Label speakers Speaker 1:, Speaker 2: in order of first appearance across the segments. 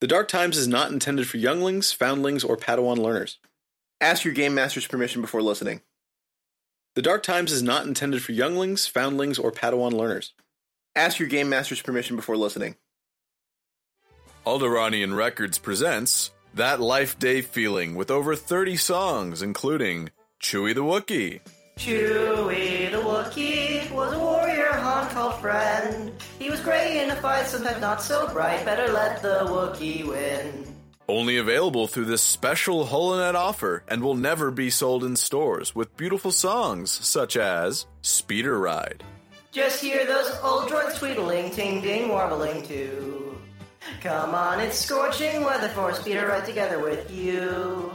Speaker 1: The Dark Times is not intended for younglings, foundlings, or Padawan learners.
Speaker 2: Ask your game master's permission before listening.
Speaker 1: The Dark Times is not intended for younglings, foundlings, or Padawan learners.
Speaker 2: Ask your game master's permission before listening.
Speaker 3: Alderanian Records presents That Life Day Feeling with over 30 songs, including Chewy the Wookiee,
Speaker 4: Chewie the Wookiee was a warrior Han called friend. He was gray in a fight, sometimes not so bright. Better let the Wookiee win.
Speaker 3: Only available through this special Holonet offer and will never be sold in stores with beautiful songs such as Speeder Ride,
Speaker 4: Just hear those old droids tweedling, ting ding, warbling too. Come on, it's scorching weather for a speeder ride together with you.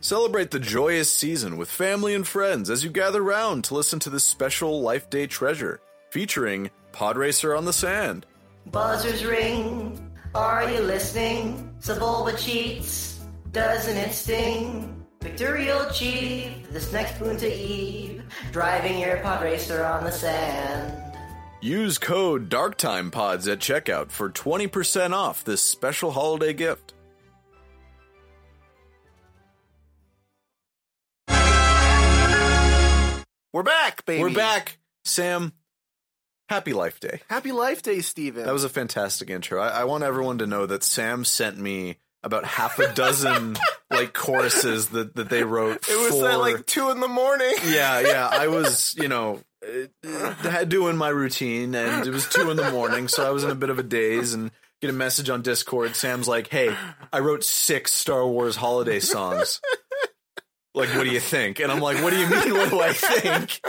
Speaker 3: Celebrate the joyous season with family and friends as you gather round to listen to this special Life Day treasure featuring Podracer on the Sand,
Speaker 4: Buzzers ring. Are you listening? Sebulba cheats. Doesn't it sting? Victorial chief. This next boon to Eve. Driving your pod racer on the sand.
Speaker 3: Use code DarkTimePods at checkout for 20% off this special holiday gift.
Speaker 2: We're back, baby.
Speaker 3: We're back, Sam. Happy Life Day.
Speaker 2: Happy Life Day, Steven.
Speaker 3: That was a fantastic intro. I, I want everyone to know that Sam sent me about half a dozen like choruses that, that they wrote.
Speaker 2: it was
Speaker 3: for,
Speaker 2: at like two in the morning.
Speaker 3: yeah, yeah. I was, you know, uh, uh, doing my routine, and it was two in the morning, so I was in a bit of a daze. And get a message on Discord. Sam's like, "Hey, I wrote six Star Wars holiday songs. Like, what do you think?" And I'm like, "What do you mean? What do I think?"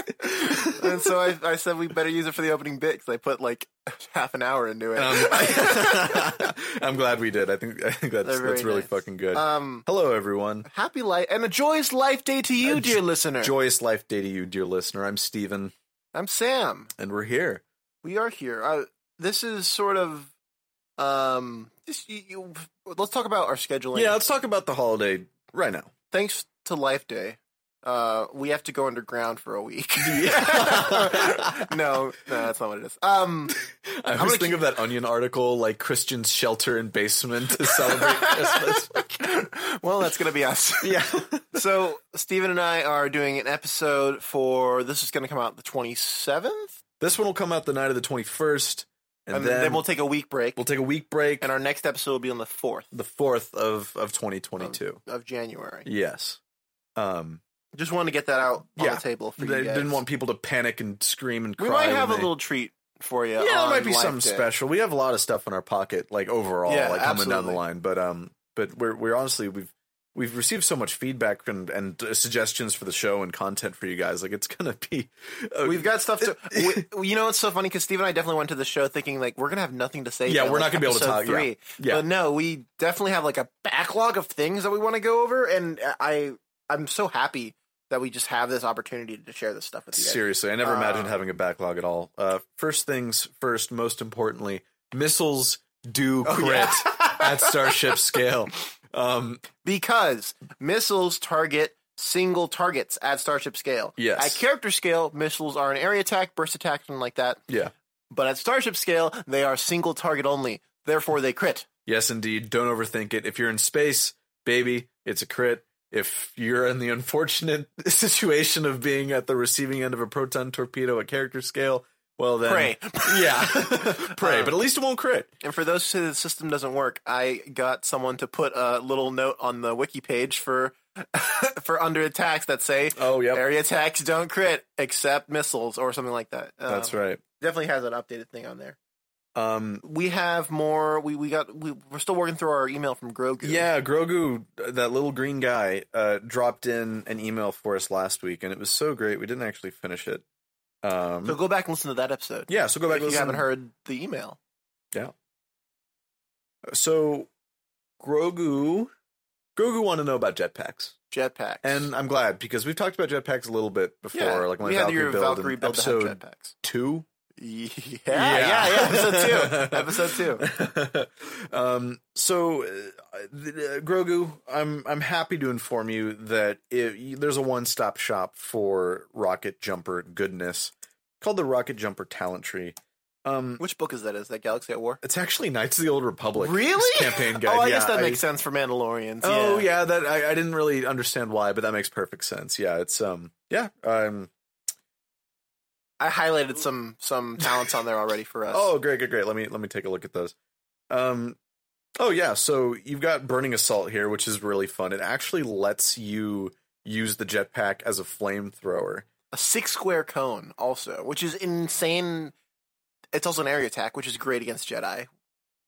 Speaker 2: and so I, I said we better use it for the opening bit because I put like half an hour into it.
Speaker 3: Um, I'm glad we did. I think I think that's
Speaker 2: They're very
Speaker 3: that's really
Speaker 2: nice.
Speaker 3: fucking good.
Speaker 2: Um,
Speaker 3: Hello, everyone.
Speaker 2: happy life and a joyous life day to you,
Speaker 3: A
Speaker 2: dear
Speaker 3: jo-
Speaker 2: listener.
Speaker 3: Joyous life day to you, dear listener. I'm Steven,
Speaker 2: I'm Sam.
Speaker 3: and we're here.
Speaker 2: We are here. Uh, this is sort of um. Just you, you, let's talk about our scheduling.
Speaker 3: Yeah, let's talk about the holiday right now.
Speaker 2: Thanks to Life Day, uh, we have to go underground for a week.
Speaker 3: Yeah.
Speaker 2: no, no, that's not what it is. Um,
Speaker 3: I
Speaker 2: I'm
Speaker 3: always
Speaker 2: gonna
Speaker 3: think of that Onion article, like Christian's shelter and basement to celebrate Christmas.
Speaker 2: well, that's gonna be us.
Speaker 3: Yeah,
Speaker 2: so Steven and I are doing an episode for this is going to come out the 27th
Speaker 3: this one will come out the night of the twenty first, and,
Speaker 2: and,
Speaker 3: then,
Speaker 2: we'll take a week break
Speaker 3: we'll take a week break
Speaker 2: and our next episode will be on the 4th
Speaker 3: the fourth of of twenty twenty two.
Speaker 2: of January.
Speaker 3: Yes, um,
Speaker 2: Just wanted to get that out on
Speaker 3: Yeah.
Speaker 2: the table for
Speaker 3: they
Speaker 2: you guys.
Speaker 3: didn't want people to panic and scream and
Speaker 2: we
Speaker 3: cry.
Speaker 2: might
Speaker 3: when
Speaker 2: have a
Speaker 3: they-
Speaker 2: little treat for you.
Speaker 3: Yeah, there
Speaker 2: on
Speaker 3: might be
Speaker 2: Life
Speaker 3: something
Speaker 2: Day.
Speaker 3: special. We have a lot of stuff in our pocket, like overall,
Speaker 2: Yeah,
Speaker 3: like coming down the
Speaker 2: absolutely.
Speaker 3: line. But um, but we're we're honestly we've we've received so much feedback and and uh, suggestions for the show and content for you guys. Like it's gonna be uh,
Speaker 2: We've got stuff to. we, you know, it's so funny because Steve and I definitely went to the show thinking like we're gonna have nothing to say.
Speaker 3: Yeah,
Speaker 2: till,
Speaker 3: we're
Speaker 2: like,
Speaker 3: not gonna be able to
Speaker 2: episode
Speaker 3: talk- yeah.
Speaker 2: Three,
Speaker 3: Yeah.
Speaker 2: but no, we definitely have like a backlog of things that we want to go over, and I I'm so happy that we just have this opportunity to share this stuff with you. Guys.
Speaker 3: Seriously, I never
Speaker 2: Uh,
Speaker 3: imagined having a backlog at all. Uh, first things first, most importantly, missiles do
Speaker 2: Oh,
Speaker 3: crit
Speaker 2: yeah.
Speaker 3: at starship scale. Um,
Speaker 2: because missiles target single targets at starship scale.
Speaker 3: Yes.
Speaker 2: At character scale, missiles are an area attack, burst attack, something like that.
Speaker 3: yeah.
Speaker 2: But at starship scale, they are single target only. Therefore, they crit.
Speaker 3: Yes, indeed. Don't overthink it. If you're in space, baby, it's a crit. If you're in the unfortunate situation of being at the receiving end of a proton torpedo at character scale, well then,
Speaker 2: Pray.
Speaker 3: yeah, pray.
Speaker 2: Um,
Speaker 3: but at least it won't crit.
Speaker 2: And for those who the system doesn't work, I got someone to put a little note on the wiki page for for under attacks that say
Speaker 3: Oh, yep.
Speaker 2: area attacks don't crit except missiles or something like that. Um,
Speaker 3: That's right.
Speaker 2: Definitely has an updated thing on there.
Speaker 3: Um,
Speaker 2: We have more. We we got. We, we're still working through our email from Grogu.
Speaker 3: Yeah, Grogu, that little green guy, uh, dropped in an email for us last week, and it was so great. We didn't actually finish it. Um,
Speaker 2: So go back and listen to that episode.
Speaker 3: yeah, so go back. and
Speaker 2: if you
Speaker 3: listen.
Speaker 2: haven't heard the email.
Speaker 3: So Grogu, Grogu wanted to know about jetpacks,
Speaker 2: Jetpacks.
Speaker 3: and I'm glad because we've talked about jetpacks a little bit before, like when
Speaker 2: we had
Speaker 3: Valkyrie
Speaker 2: your
Speaker 3: build and
Speaker 2: Valkyrie build
Speaker 3: episode
Speaker 2: that had jetpacks.
Speaker 3: two.
Speaker 2: Yeah, yeah, yeah, episode two. Episode two.
Speaker 3: episode two. um, so, uh, th- uh, Grogu, I'm I'm happy to inform you that it, there's a one stop shop for rocket jumper goodness called the Rocket Jumper Talent Tree. Um,
Speaker 2: Which book is that? Is that Galaxy at War?
Speaker 3: it's actually Knights of the Old Republic.
Speaker 2: Really?
Speaker 3: Campaign guide.
Speaker 2: oh, I
Speaker 3: yeah,
Speaker 2: guess that makes sense for Mandalorians.
Speaker 3: Oh yeah, that I, I didn't really understand why, but that makes perfect sense. Yeah, it's um yeah um
Speaker 2: I highlighted some some talents on there already for us.
Speaker 3: oh great great great. Let me let me take a look at those. Um oh yeah, so you've got burning assault here, which is really fun. It actually lets you use the jetpack as a flamethrower.
Speaker 2: a six square cone also, which is insane. It's also an area attack, which is great against Jedi,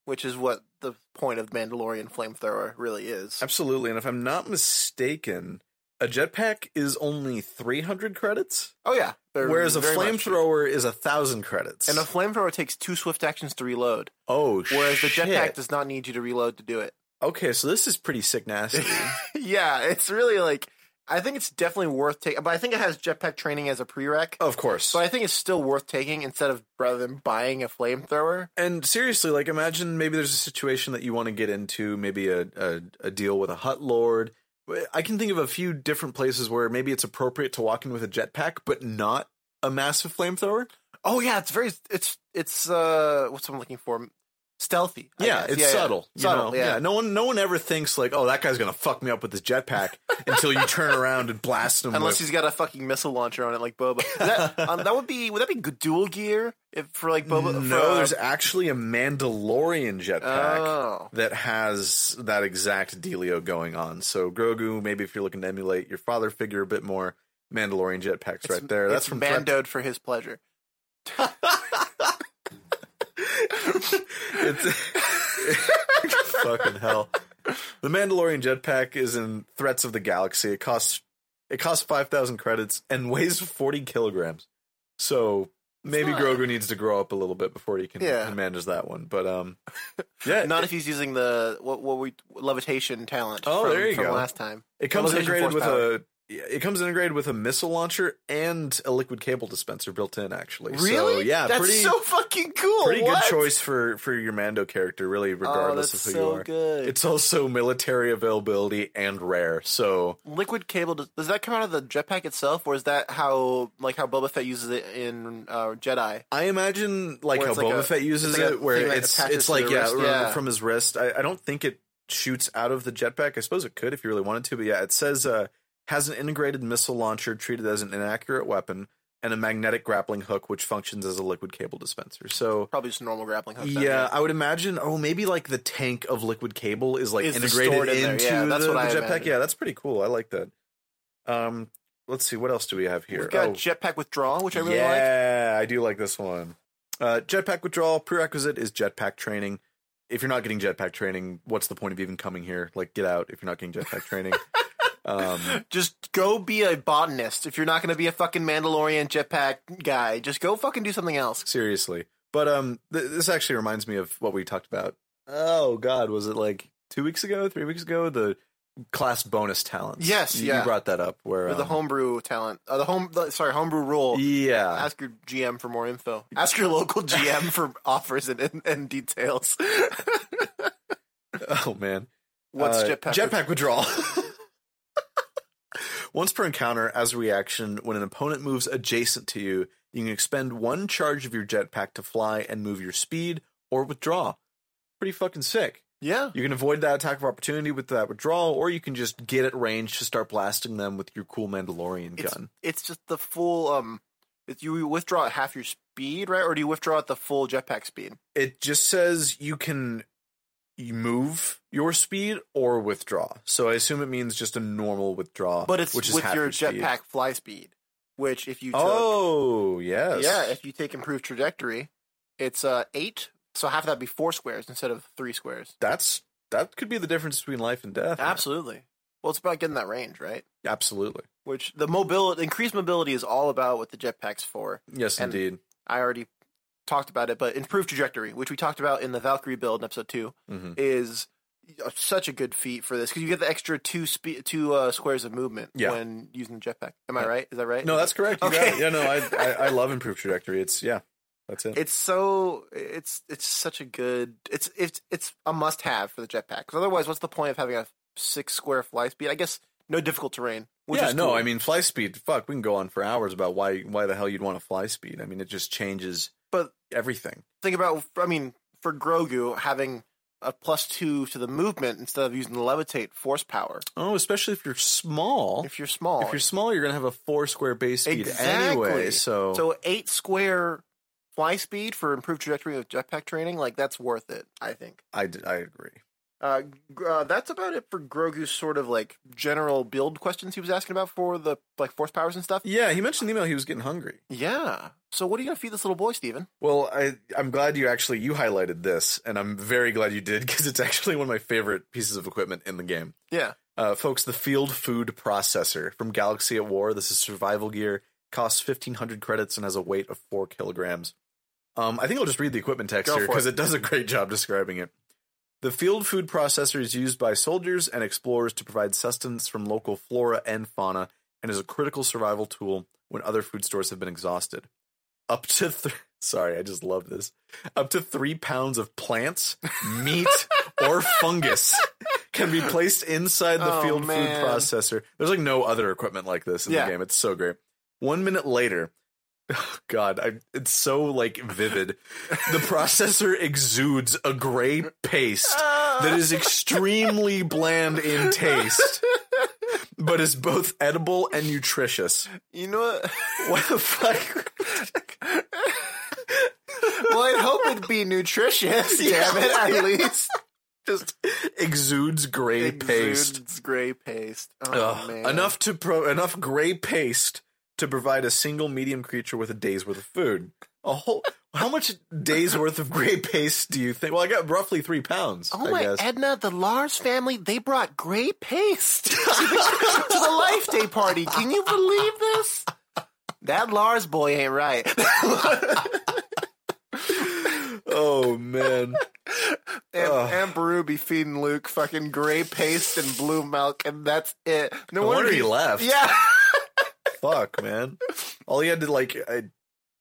Speaker 2: which is what the point of Mandalorian flamethrower really is.
Speaker 3: Absolutely, and if I'm not mistaken, a jetpack is only 300 credits,
Speaker 2: Oh yeah, they're
Speaker 3: whereas a
Speaker 2: very much-
Speaker 3: flamethrower is a thousand credits.
Speaker 2: and a flamethrower takes two swift actions to reload,
Speaker 3: oh,
Speaker 2: whereas the
Speaker 3: shit.
Speaker 2: jetpack does not need you to reload to do it.
Speaker 3: Okay, so this is pretty sick nasty.
Speaker 2: yeah, it's really like I think it's definitely worth taking, but I think it has jetpack training as a prereq.
Speaker 3: of course.
Speaker 2: So I think it's still worth taking instead of rather than buying a flamethrower.
Speaker 3: And seriously, like imagine maybe there's a situation that you want to get into, maybe a, a, a deal with a hut lord. I can think of a few different places where maybe it's appropriate to walk in with a jetpack, but not a massive flamethrower.
Speaker 2: Oh yeah, it's very it's it's uh what's I'm looking for? Stealthy. I
Speaker 3: yeah,
Speaker 2: guess.
Speaker 3: it's subtle. you
Speaker 2: Subtle,
Speaker 3: know?
Speaker 2: yeah.
Speaker 3: No one, no one ever thinks like, oh, that guy's gonna fuck me up with his jetpack until you turn around and blast him.
Speaker 2: Unless
Speaker 3: with-
Speaker 2: he's got a fucking missile launcher on it, like Boba. That, um, that would be would that be good dual gear if for like Boba? for,
Speaker 3: no,
Speaker 2: uh,
Speaker 3: there's actually a Mandalorian jetpack.
Speaker 2: oh,
Speaker 3: that has that exact dealio going on. So Grogu, maybe if you're looking to emulate your father figure a bit more, Mandalorian jetpacks right there. That's
Speaker 2: it's
Speaker 3: from Threat-
Speaker 2: Mandoed for his pleasure.
Speaker 3: it's fucking hell. The Mandalorian jetpack is in Threats of the Galaxy. It costs it costs five thousand credits and weighs forty kilograms. So maybe
Speaker 2: not-
Speaker 3: Grogu needs to grow up a little bit before he can,
Speaker 2: Yeah.
Speaker 3: can manage that one. But um, yeah,
Speaker 2: Not if he's using the what what we levitation talent.
Speaker 3: Oh,
Speaker 2: from,
Speaker 3: there you
Speaker 2: from
Speaker 3: go.
Speaker 2: Last time.
Speaker 3: It comes
Speaker 2: Television
Speaker 3: integrated
Speaker 2: force
Speaker 3: with
Speaker 2: power.
Speaker 3: a yeah, it comes integrated with a missile launcher and a liquid cable dispenser built in actually. So,
Speaker 2: Really?
Speaker 3: yeah,
Speaker 2: that's
Speaker 3: pretty
Speaker 2: so fucking cool.
Speaker 3: pretty
Speaker 2: What?
Speaker 3: good choice for for your Mando character really
Speaker 2: Oh,
Speaker 3: regardless
Speaker 2: that's
Speaker 3: of who
Speaker 2: so
Speaker 3: you are.
Speaker 2: good.
Speaker 3: It's also military availability and rare. So
Speaker 2: liquid cable does, does that come out of the jetpack itself, or is that how like how Boba Fett uses it in uh, Jedi?
Speaker 3: I imagine like
Speaker 2: Where
Speaker 3: how
Speaker 2: it's like
Speaker 3: Boba
Speaker 2: a-
Speaker 3: Fett uses
Speaker 2: it's like a
Speaker 3: it, where
Speaker 2: thing that
Speaker 3: it's
Speaker 2: attaches
Speaker 3: it's
Speaker 2: to
Speaker 3: like
Speaker 2: the
Speaker 3: yeah,
Speaker 2: wrist,
Speaker 3: re-
Speaker 2: yeah.
Speaker 3: from his wrist. I, I don't think it shoots out of the jetpack. I suppose it could if you really wanted to, but yeah, it says uh, has an integrated missile launcher treated as an inaccurate weapon and a magnetic grappling hook which functions as a liquid cable dispenser. So
Speaker 2: Probably just a normal grappling hook. then,
Speaker 3: yeah, I would imagine. Oh, maybe like the tank of liquid cable is like
Speaker 2: Is
Speaker 3: integrated
Speaker 2: stored in there.
Speaker 3: into
Speaker 2: Yeah, that's
Speaker 3: the,
Speaker 2: what I
Speaker 3: the jetpack.
Speaker 2: imagine.
Speaker 3: Yeah, that's pretty cool. I like that. Um, let's see what else do we have here.
Speaker 2: We've got
Speaker 3: Oh
Speaker 2: jetpack withdrawal, which I really like.
Speaker 3: yeah, I do like this one. Uh, jetpack withdrawal prerequisite is jetpack training. If you're not getting jetpack training, what's the point of even coming here? Like, get out if you're not getting jetpack training. um,
Speaker 2: Just go be a botanist if you're not going to be a fucking Mandalorian jetpack guy. Just go fucking do something else.
Speaker 3: seriously, but um, th- this actually reminds me of what we talked about. Oh God, was it like two weeks ago, three weeks ago? The class bonus talents.
Speaker 2: Yes,
Speaker 3: you,
Speaker 2: yeah.
Speaker 3: you brought that up. Where
Speaker 2: Or the
Speaker 3: um,
Speaker 2: homebrew talent, uh, the home, the, sorry, homebrew rule.
Speaker 3: Yeah,
Speaker 2: Ask your GM for more info. Ask your local GM for offers and, and, and details.
Speaker 3: Oh man.
Speaker 2: What's
Speaker 3: Uh,
Speaker 2: jetpack?
Speaker 3: Jetpack withdrawal. Once per encounter, as a reaction, when an opponent moves adjacent to you, you can expend one charge of your jetpack to fly and move your speed or withdraw. Pretty fucking sick.
Speaker 2: Yeah,
Speaker 3: You can avoid that attack of opportunity with that withdrawal, or you can just get at range to start blasting them with your cool Mandalorian
Speaker 2: It's-
Speaker 3: gun.
Speaker 2: it's just the full um if you withdraw at half your speed right or do you withdraw at the full jetpack speed
Speaker 3: It just says you can you move your speed or withdraw. So I assume it means just a normal withdrawal,
Speaker 2: but it's
Speaker 3: Uh, which is
Speaker 2: with
Speaker 3: half
Speaker 2: your
Speaker 3: speed.
Speaker 2: jetpack fly speed which if you took,
Speaker 3: Oh yes.
Speaker 2: yeah if you take improved trajectory it's uh eight so half of that would be four squares instead of three squares
Speaker 3: That's that could be the difference between life and death.
Speaker 2: absolutely well it's about getting that range right
Speaker 3: Absolutely.
Speaker 2: which the mobility increased mobility is all about what the jetpack's for
Speaker 3: Yes,
Speaker 2: And-
Speaker 3: indeed.
Speaker 2: i already talked about it but improved trajectory which we talked about in the valkyrie build in episode two
Speaker 3: hmm
Speaker 2: is uh, such a good feat for this because you get the extra two spe- two uh, squares of movement
Speaker 3: Yeah.
Speaker 2: when using the jetpack. Am I
Speaker 3: Yeah.
Speaker 2: right? Is that right?
Speaker 3: No, that's correct. You got
Speaker 2: Okay.
Speaker 3: it. Yeah, no, I, I I love improved trajectory. It's yeah, that's it.
Speaker 2: it's so it's it's such a good it's it's it's a must have for the jetpack. 'Cause otherwise, what's the point of having a six square fly speed? I guess no difficult terrain. Which
Speaker 3: yeah,
Speaker 2: is
Speaker 3: no,
Speaker 2: cool.
Speaker 3: I mean fly speed. Fuck, we can go on for hours about why why the hell you'd want to fly speed. I mean, it just changes
Speaker 2: But-
Speaker 3: everything.
Speaker 2: Think about, I mean, for Grogu having a plus two to the movement instead of using the levitate force power.
Speaker 3: Oh, especially if you're small.
Speaker 2: If you're small,
Speaker 3: Oh, If you're small, you're gonna have a four square base speed
Speaker 2: Exactly.
Speaker 3: anyway. So,
Speaker 2: so eight square fly speed for improved trajectory with jetpack training, like that's worth it. I think.
Speaker 3: I d I I agree.
Speaker 2: Uh, gr- uh, that's about it for Grogu's sort of like general build questions he was asking about for the like force powers and stuff.
Speaker 3: Yeah, he mentioned in the email he was getting hungry.
Speaker 2: Yeah. So what are you gonna feed this little boy, Steven?
Speaker 3: Well, I I'm glad you actually you highlighted this, and I'm very glad you did because it's actually one of my favorite pieces of equipment in the game.
Speaker 2: Yeah.
Speaker 3: Uh, folks, the Field Food Processor from Galaxy at War. This is survival gear. Costs fifteen hundred credits and has a weight of four kilograms. Um, I think I'll just read the equipment text
Speaker 2: Go
Speaker 3: here
Speaker 2: for
Speaker 3: because
Speaker 2: it.
Speaker 3: it does a great job describing it. The Field Food Processor is used by soldiers and explorers to provide sustenance from local flora and fauna, and is a critical survival tool when other food stores have been exhausted. Up to th- sorry, I just love this. Up to three pounds of plants, meat, or fungus can be placed inside the
Speaker 2: Oh,
Speaker 3: field
Speaker 2: man.
Speaker 3: food processor. There's like no other equipment like this in
Speaker 2: Yeah.
Speaker 3: the game. It's so great. One minute later, oh, God, I, it's so like vivid. The processor exudes a gray paste
Speaker 2: Ah.
Speaker 3: that is extremely bland in taste, but is both edible and nutritious.
Speaker 2: You know what?
Speaker 3: What the fuck?
Speaker 2: well, I'd hope it'd be nutritious. Damn it, at least.
Speaker 3: Just exudes gray paste.
Speaker 2: Exudes gray paste. Oh
Speaker 3: Ugh.
Speaker 2: man.
Speaker 3: Enough to pro enough gray paste to provide a single medium creature with a day's worth of food. A whole how much days worth of gray paste do you think? Well, I got roughly three pounds.
Speaker 2: Oh
Speaker 3: I
Speaker 2: my
Speaker 3: guess.
Speaker 2: Edna, the Lars family, they brought gray paste to the, to the Life Day party. Can you believe this? That Lars boy ain't right.
Speaker 3: oh man.
Speaker 2: and,
Speaker 3: Ugh.
Speaker 2: and Baru be feeding Luke fucking gray paste and blue milk, and that's it. No
Speaker 3: No wonder he left.
Speaker 2: Yeah.
Speaker 3: Fuck, man. All he had to like I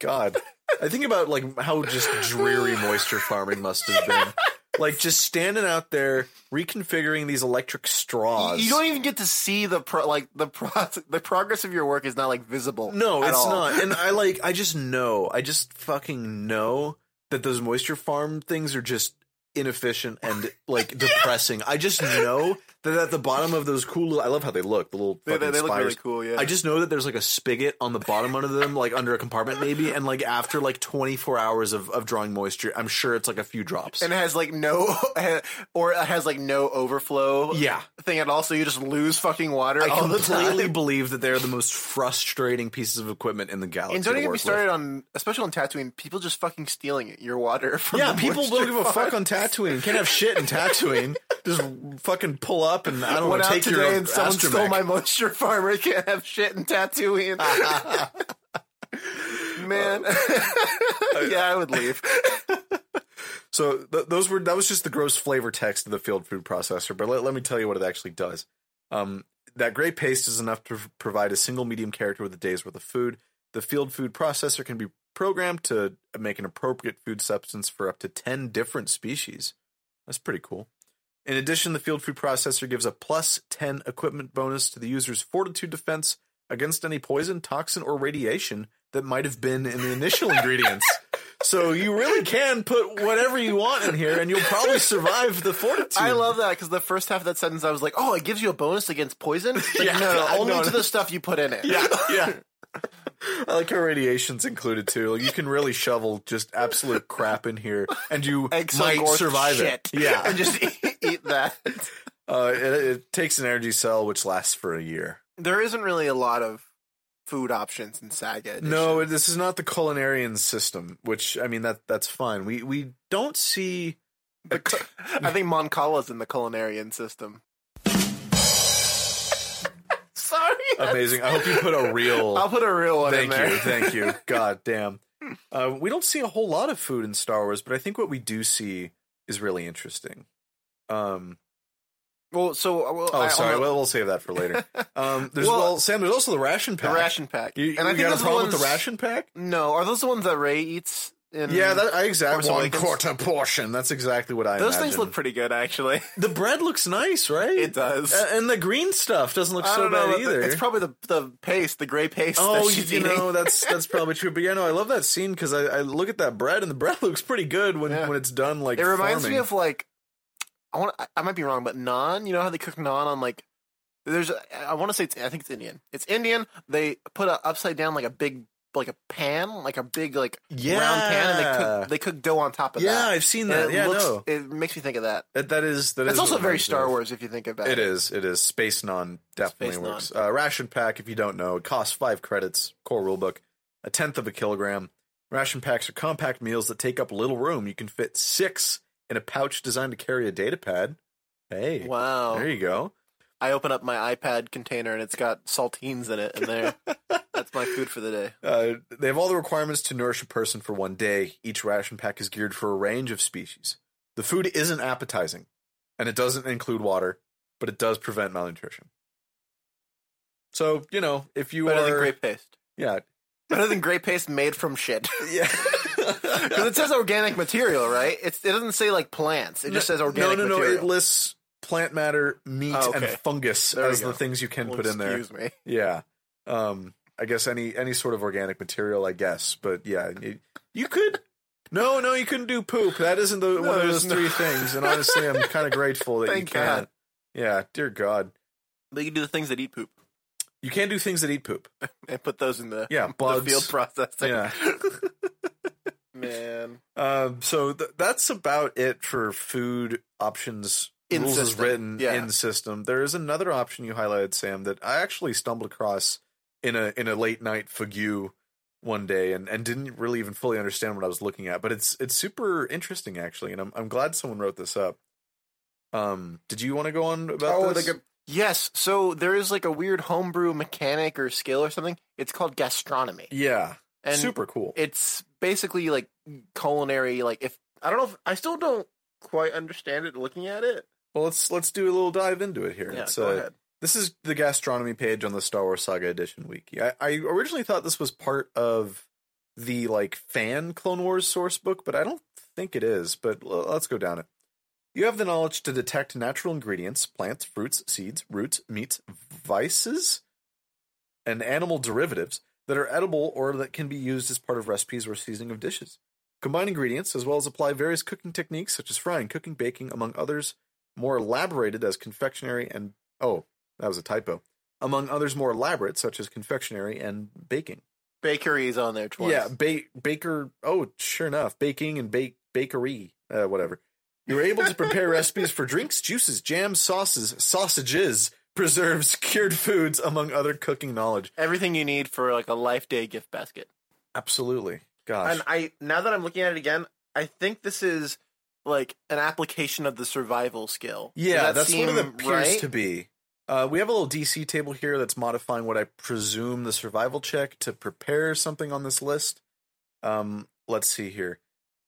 Speaker 3: God. I think about like how just dreary moisture farming must have been. Like just standing out there reconfiguring these electric straws.
Speaker 2: You don't even get to see the pro- like the pro- the progress of your work is not like visible.
Speaker 3: No,
Speaker 2: at
Speaker 3: it's
Speaker 2: all.
Speaker 3: not. And I like I just know. I just fucking know that those moisture farm things are just inefficient and like depressing. I just know that at the bottom of those cool little I love how they look, the little
Speaker 2: They,
Speaker 3: fucking
Speaker 2: they, they look
Speaker 3: spires.
Speaker 2: really cool. Yeah.
Speaker 3: I just know that there's like a spigot on the bottom under them, like under a compartment maybe, and like after like 24 hours of, of drawing moisture, I'm sure it's like a few drops.
Speaker 2: and it has like no, or it has like no overflow
Speaker 3: yeah,
Speaker 2: thing at all. So you just lose fucking water
Speaker 3: I
Speaker 2: all the time.
Speaker 3: completely believe that they're the most frustrating pieces of equipment in the galaxy.
Speaker 2: And don't
Speaker 3: to
Speaker 2: even get
Speaker 3: work
Speaker 2: me
Speaker 3: with.
Speaker 2: started on, especially on Tatooine, people just fucking stealing it, your water from
Speaker 3: Yeah,
Speaker 2: the
Speaker 3: people
Speaker 2: moisture
Speaker 3: don't give a fuck
Speaker 2: farm.
Speaker 3: on Tatooine. Can't have shit in Tatooine. Just fucking pull up and I don't know,
Speaker 2: Went out
Speaker 3: take your
Speaker 2: today and someone
Speaker 3: astromech.
Speaker 2: stole my moisture farmer. Can't have shit in Tatooine. Man,
Speaker 3: Uh,
Speaker 2: yeah, I would leave.
Speaker 3: So th- those were that was just the gross flavor text of the field food processor. But let, let me tell you what it actually does. Um, that gray paste is enough to f- provide a single medium character with a day's worth of food. The field food processor can be programmed to make an appropriate food substance for up to ten different species. That's pretty cool. In addition, the field food processor gives a plus ten equipment bonus to the user's fortitude defense against any poison, toxin, or radiation that might have been in the initial ingredients. So you really can put whatever you want in here, and you'll probably survive the fortitude.
Speaker 2: I love that because the first half of that sentence, I was like, "Oh, it gives you a bonus against poison." It's Like,
Speaker 3: Yeah,
Speaker 2: no, no,
Speaker 3: I-
Speaker 2: only
Speaker 3: no,
Speaker 2: to
Speaker 3: no.
Speaker 2: the stuff you put in it.
Speaker 3: Yeah, yeah. I like how radiation's included too. Like you can really shovel just absolute crap in here, and you might
Speaker 2: Exogorth
Speaker 3: survive
Speaker 2: shit.
Speaker 3: it. Yeah,
Speaker 2: and just eat, eat that.
Speaker 3: uh, it, it takes an energy cell, which lasts for a year.
Speaker 2: There isn't really a lot of food options in Saga. Edition.
Speaker 3: No, this is not the culinarian system. Which I mean, that that's fine. We we don't see
Speaker 2: The cu- I think Moncala's in the culinarian system. Sorry.
Speaker 3: amazing. I hope you put a real.
Speaker 2: I'll put a real one
Speaker 3: thank
Speaker 2: in there. Hmm.
Speaker 3: you, thank you. God damn. Uh, we don't see a whole lot of food in Star Wars, but I think what we do see is really interesting. Um,
Speaker 2: Well, so uh, well,
Speaker 3: oh,
Speaker 2: I,
Speaker 3: sorry.
Speaker 2: on the-
Speaker 3: Well, we'll save that for later. Um, there's well,
Speaker 2: Well-
Speaker 3: Sam. There's also the ration
Speaker 2: the
Speaker 3: pack.
Speaker 2: ration pack.
Speaker 3: You, you
Speaker 2: and I think
Speaker 3: got
Speaker 2: those
Speaker 3: a
Speaker 2: are
Speaker 3: problem
Speaker 2: the
Speaker 3: with the
Speaker 2: ones-
Speaker 3: ration pack?
Speaker 2: No, are those the ones that Ray eats? in
Speaker 3: Yeah, that, I
Speaker 2: Force
Speaker 3: exactly one
Speaker 2: Awakens.
Speaker 3: quarter portion. That's exactly what I.
Speaker 2: those things
Speaker 3: imagined.
Speaker 2: look pretty good actually.
Speaker 3: The bread looks nice, right?
Speaker 2: It does.
Speaker 3: A- and the green stuff doesn't look
Speaker 2: I
Speaker 3: so
Speaker 2: don't know.
Speaker 3: bad
Speaker 2: but
Speaker 3: either.
Speaker 2: It's probably eh? the the paste, the gray paste.
Speaker 3: Oh,
Speaker 2: that
Speaker 3: you,
Speaker 2: she's
Speaker 3: you
Speaker 2: eating.
Speaker 3: know that's that's probably true. But yeah, no, I love that scene because I, I look at that bread and the bread looks pretty good when
Speaker 2: Yeah.
Speaker 3: when it's done. Like
Speaker 2: It reminds
Speaker 3: forming.
Speaker 2: me of like I want I might be wrong, but naan. You know how they cook naan on like there's a- I want to say it's, I think it's Indian. It's Indian. They put a, upside down like a big like a pan, like a big like
Speaker 3: yeah.
Speaker 2: round pan, and they cook they cook dough on top of
Speaker 3: yeah,
Speaker 2: that.
Speaker 3: I've seen
Speaker 2: And
Speaker 3: that.
Speaker 2: it
Speaker 3: Yeah,
Speaker 2: looks
Speaker 3: no,
Speaker 2: it makes me think of that.
Speaker 3: that, that is that
Speaker 2: That's
Speaker 3: is
Speaker 2: also
Speaker 3: what it
Speaker 2: very
Speaker 3: reminds me
Speaker 2: Star
Speaker 3: of.
Speaker 2: Wars if you think about
Speaker 3: It
Speaker 2: it.
Speaker 3: is. It is. Space non definitely
Speaker 2: Space
Speaker 3: works. Uh, ration pack, if you don't know, it costs five credits. Core rulebook, a tenth of a kilogram. Ration packs are compact meals that take up little room. You can fit six in a pouch designed to carry a data pad. Hey,
Speaker 2: Wow.
Speaker 3: there you go.
Speaker 2: I open up my iPad container and it's got saltines in it in there. That's my food for the day.
Speaker 3: Uh, they have all the requirements to nourish a person for one day. Each ration pack is geared for a range of species. The food isn't appetizing, and it doesn't include water, but it does prevent malnutrition. So you know, if you
Speaker 2: Better
Speaker 3: are,
Speaker 2: than gray paste.
Speaker 3: yeah,
Speaker 2: Better than gray paste made from shit.
Speaker 3: yeah.
Speaker 2: Because it says organic material, right? It's, it doesn't say like plants. It just says
Speaker 3: no,
Speaker 2: organic
Speaker 3: no, no.
Speaker 2: material.
Speaker 3: It lists plant matter, meat,
Speaker 2: Oh,
Speaker 3: and
Speaker 2: okay.
Speaker 3: fungus
Speaker 2: There we
Speaker 3: as the
Speaker 2: go.
Speaker 3: things you can
Speaker 2: Well,
Speaker 3: put in there.
Speaker 2: Excuse me.
Speaker 3: Yeah. Um. I guess any any sort of organic material. I guess, but yeah, it- you could. No, no, you couldn't do poop. That isn't the, one of those
Speaker 2: there's no-
Speaker 3: three things. And honestly, I'm kind of grateful that you
Speaker 2: Thank
Speaker 3: can't. Yeah, dear God,
Speaker 2: They can do the things that eat poop
Speaker 3: you can do things that eat poop.
Speaker 2: and put those in the,
Speaker 3: Yeah,
Speaker 2: the
Speaker 3: bugs.
Speaker 2: field processing.
Speaker 3: yeah.
Speaker 2: Man.
Speaker 3: Um, so th- that's about it for food options
Speaker 2: In
Speaker 3: rules as
Speaker 2: system,
Speaker 3: written
Speaker 2: yeah.
Speaker 3: in system. There is another option you highlighted, Sam, that I actually stumbled across in a in a late night fugue one day, and, and didn't really even fully understand what I was looking at. But it's it's super interesting actually, and I'm I'm glad someone wrote this up. Um, did you want to go on about
Speaker 2: Oh,
Speaker 3: this?
Speaker 2: Yes. So there is like a weird homebrew mechanic or skill or something. It's called gastronomy.
Speaker 3: yeah,
Speaker 2: And
Speaker 3: super cool.
Speaker 2: it's basically like culinary. Like if I don't know, if, I still don't quite understand it looking at it.
Speaker 3: well, let's let's do a little dive into it here. It's, uh, This is the gastronomy page on the Star Wars Saga Edition wiki. I, I originally thought this was part of the like fan Clone Wars source book, but I don't think it is. But l- let's go down it. You have the knowledge to detect natural ingredients, plants, fruits, seeds, roots, meats, vices, and animal derivatives that are edible or that can be used as part of recipes or seasoning of dishes. Combine ingredients as well as apply various cooking techniques such as frying, cooking, baking, among others, more elaborated as confectionery and oh, that was a typo. Among others more elaborate, such as confectionery and baking.
Speaker 2: Bakeries on there twice.
Speaker 3: Yeah, ba- baker. Oh, sure enough, baking and bake bakery, uh, whatever. You're able to prepare recipes for drinks, juices, jams, sauces, sausages, preserves, cured foods, among other cooking knowledge.
Speaker 2: Everything you need for like a life day gift basket.
Speaker 3: Absolutely, gosh,
Speaker 2: And I now that I'm looking at it again, I think this is like an application of the survival skill. Does
Speaker 3: yeah,
Speaker 2: that
Speaker 3: that's one of the
Speaker 2: seem
Speaker 3: appears
Speaker 2: right?
Speaker 3: to be. Uh, we have a little DC table here that's modifying what I presume the survival check to prepare something on this list. Um, let's see here.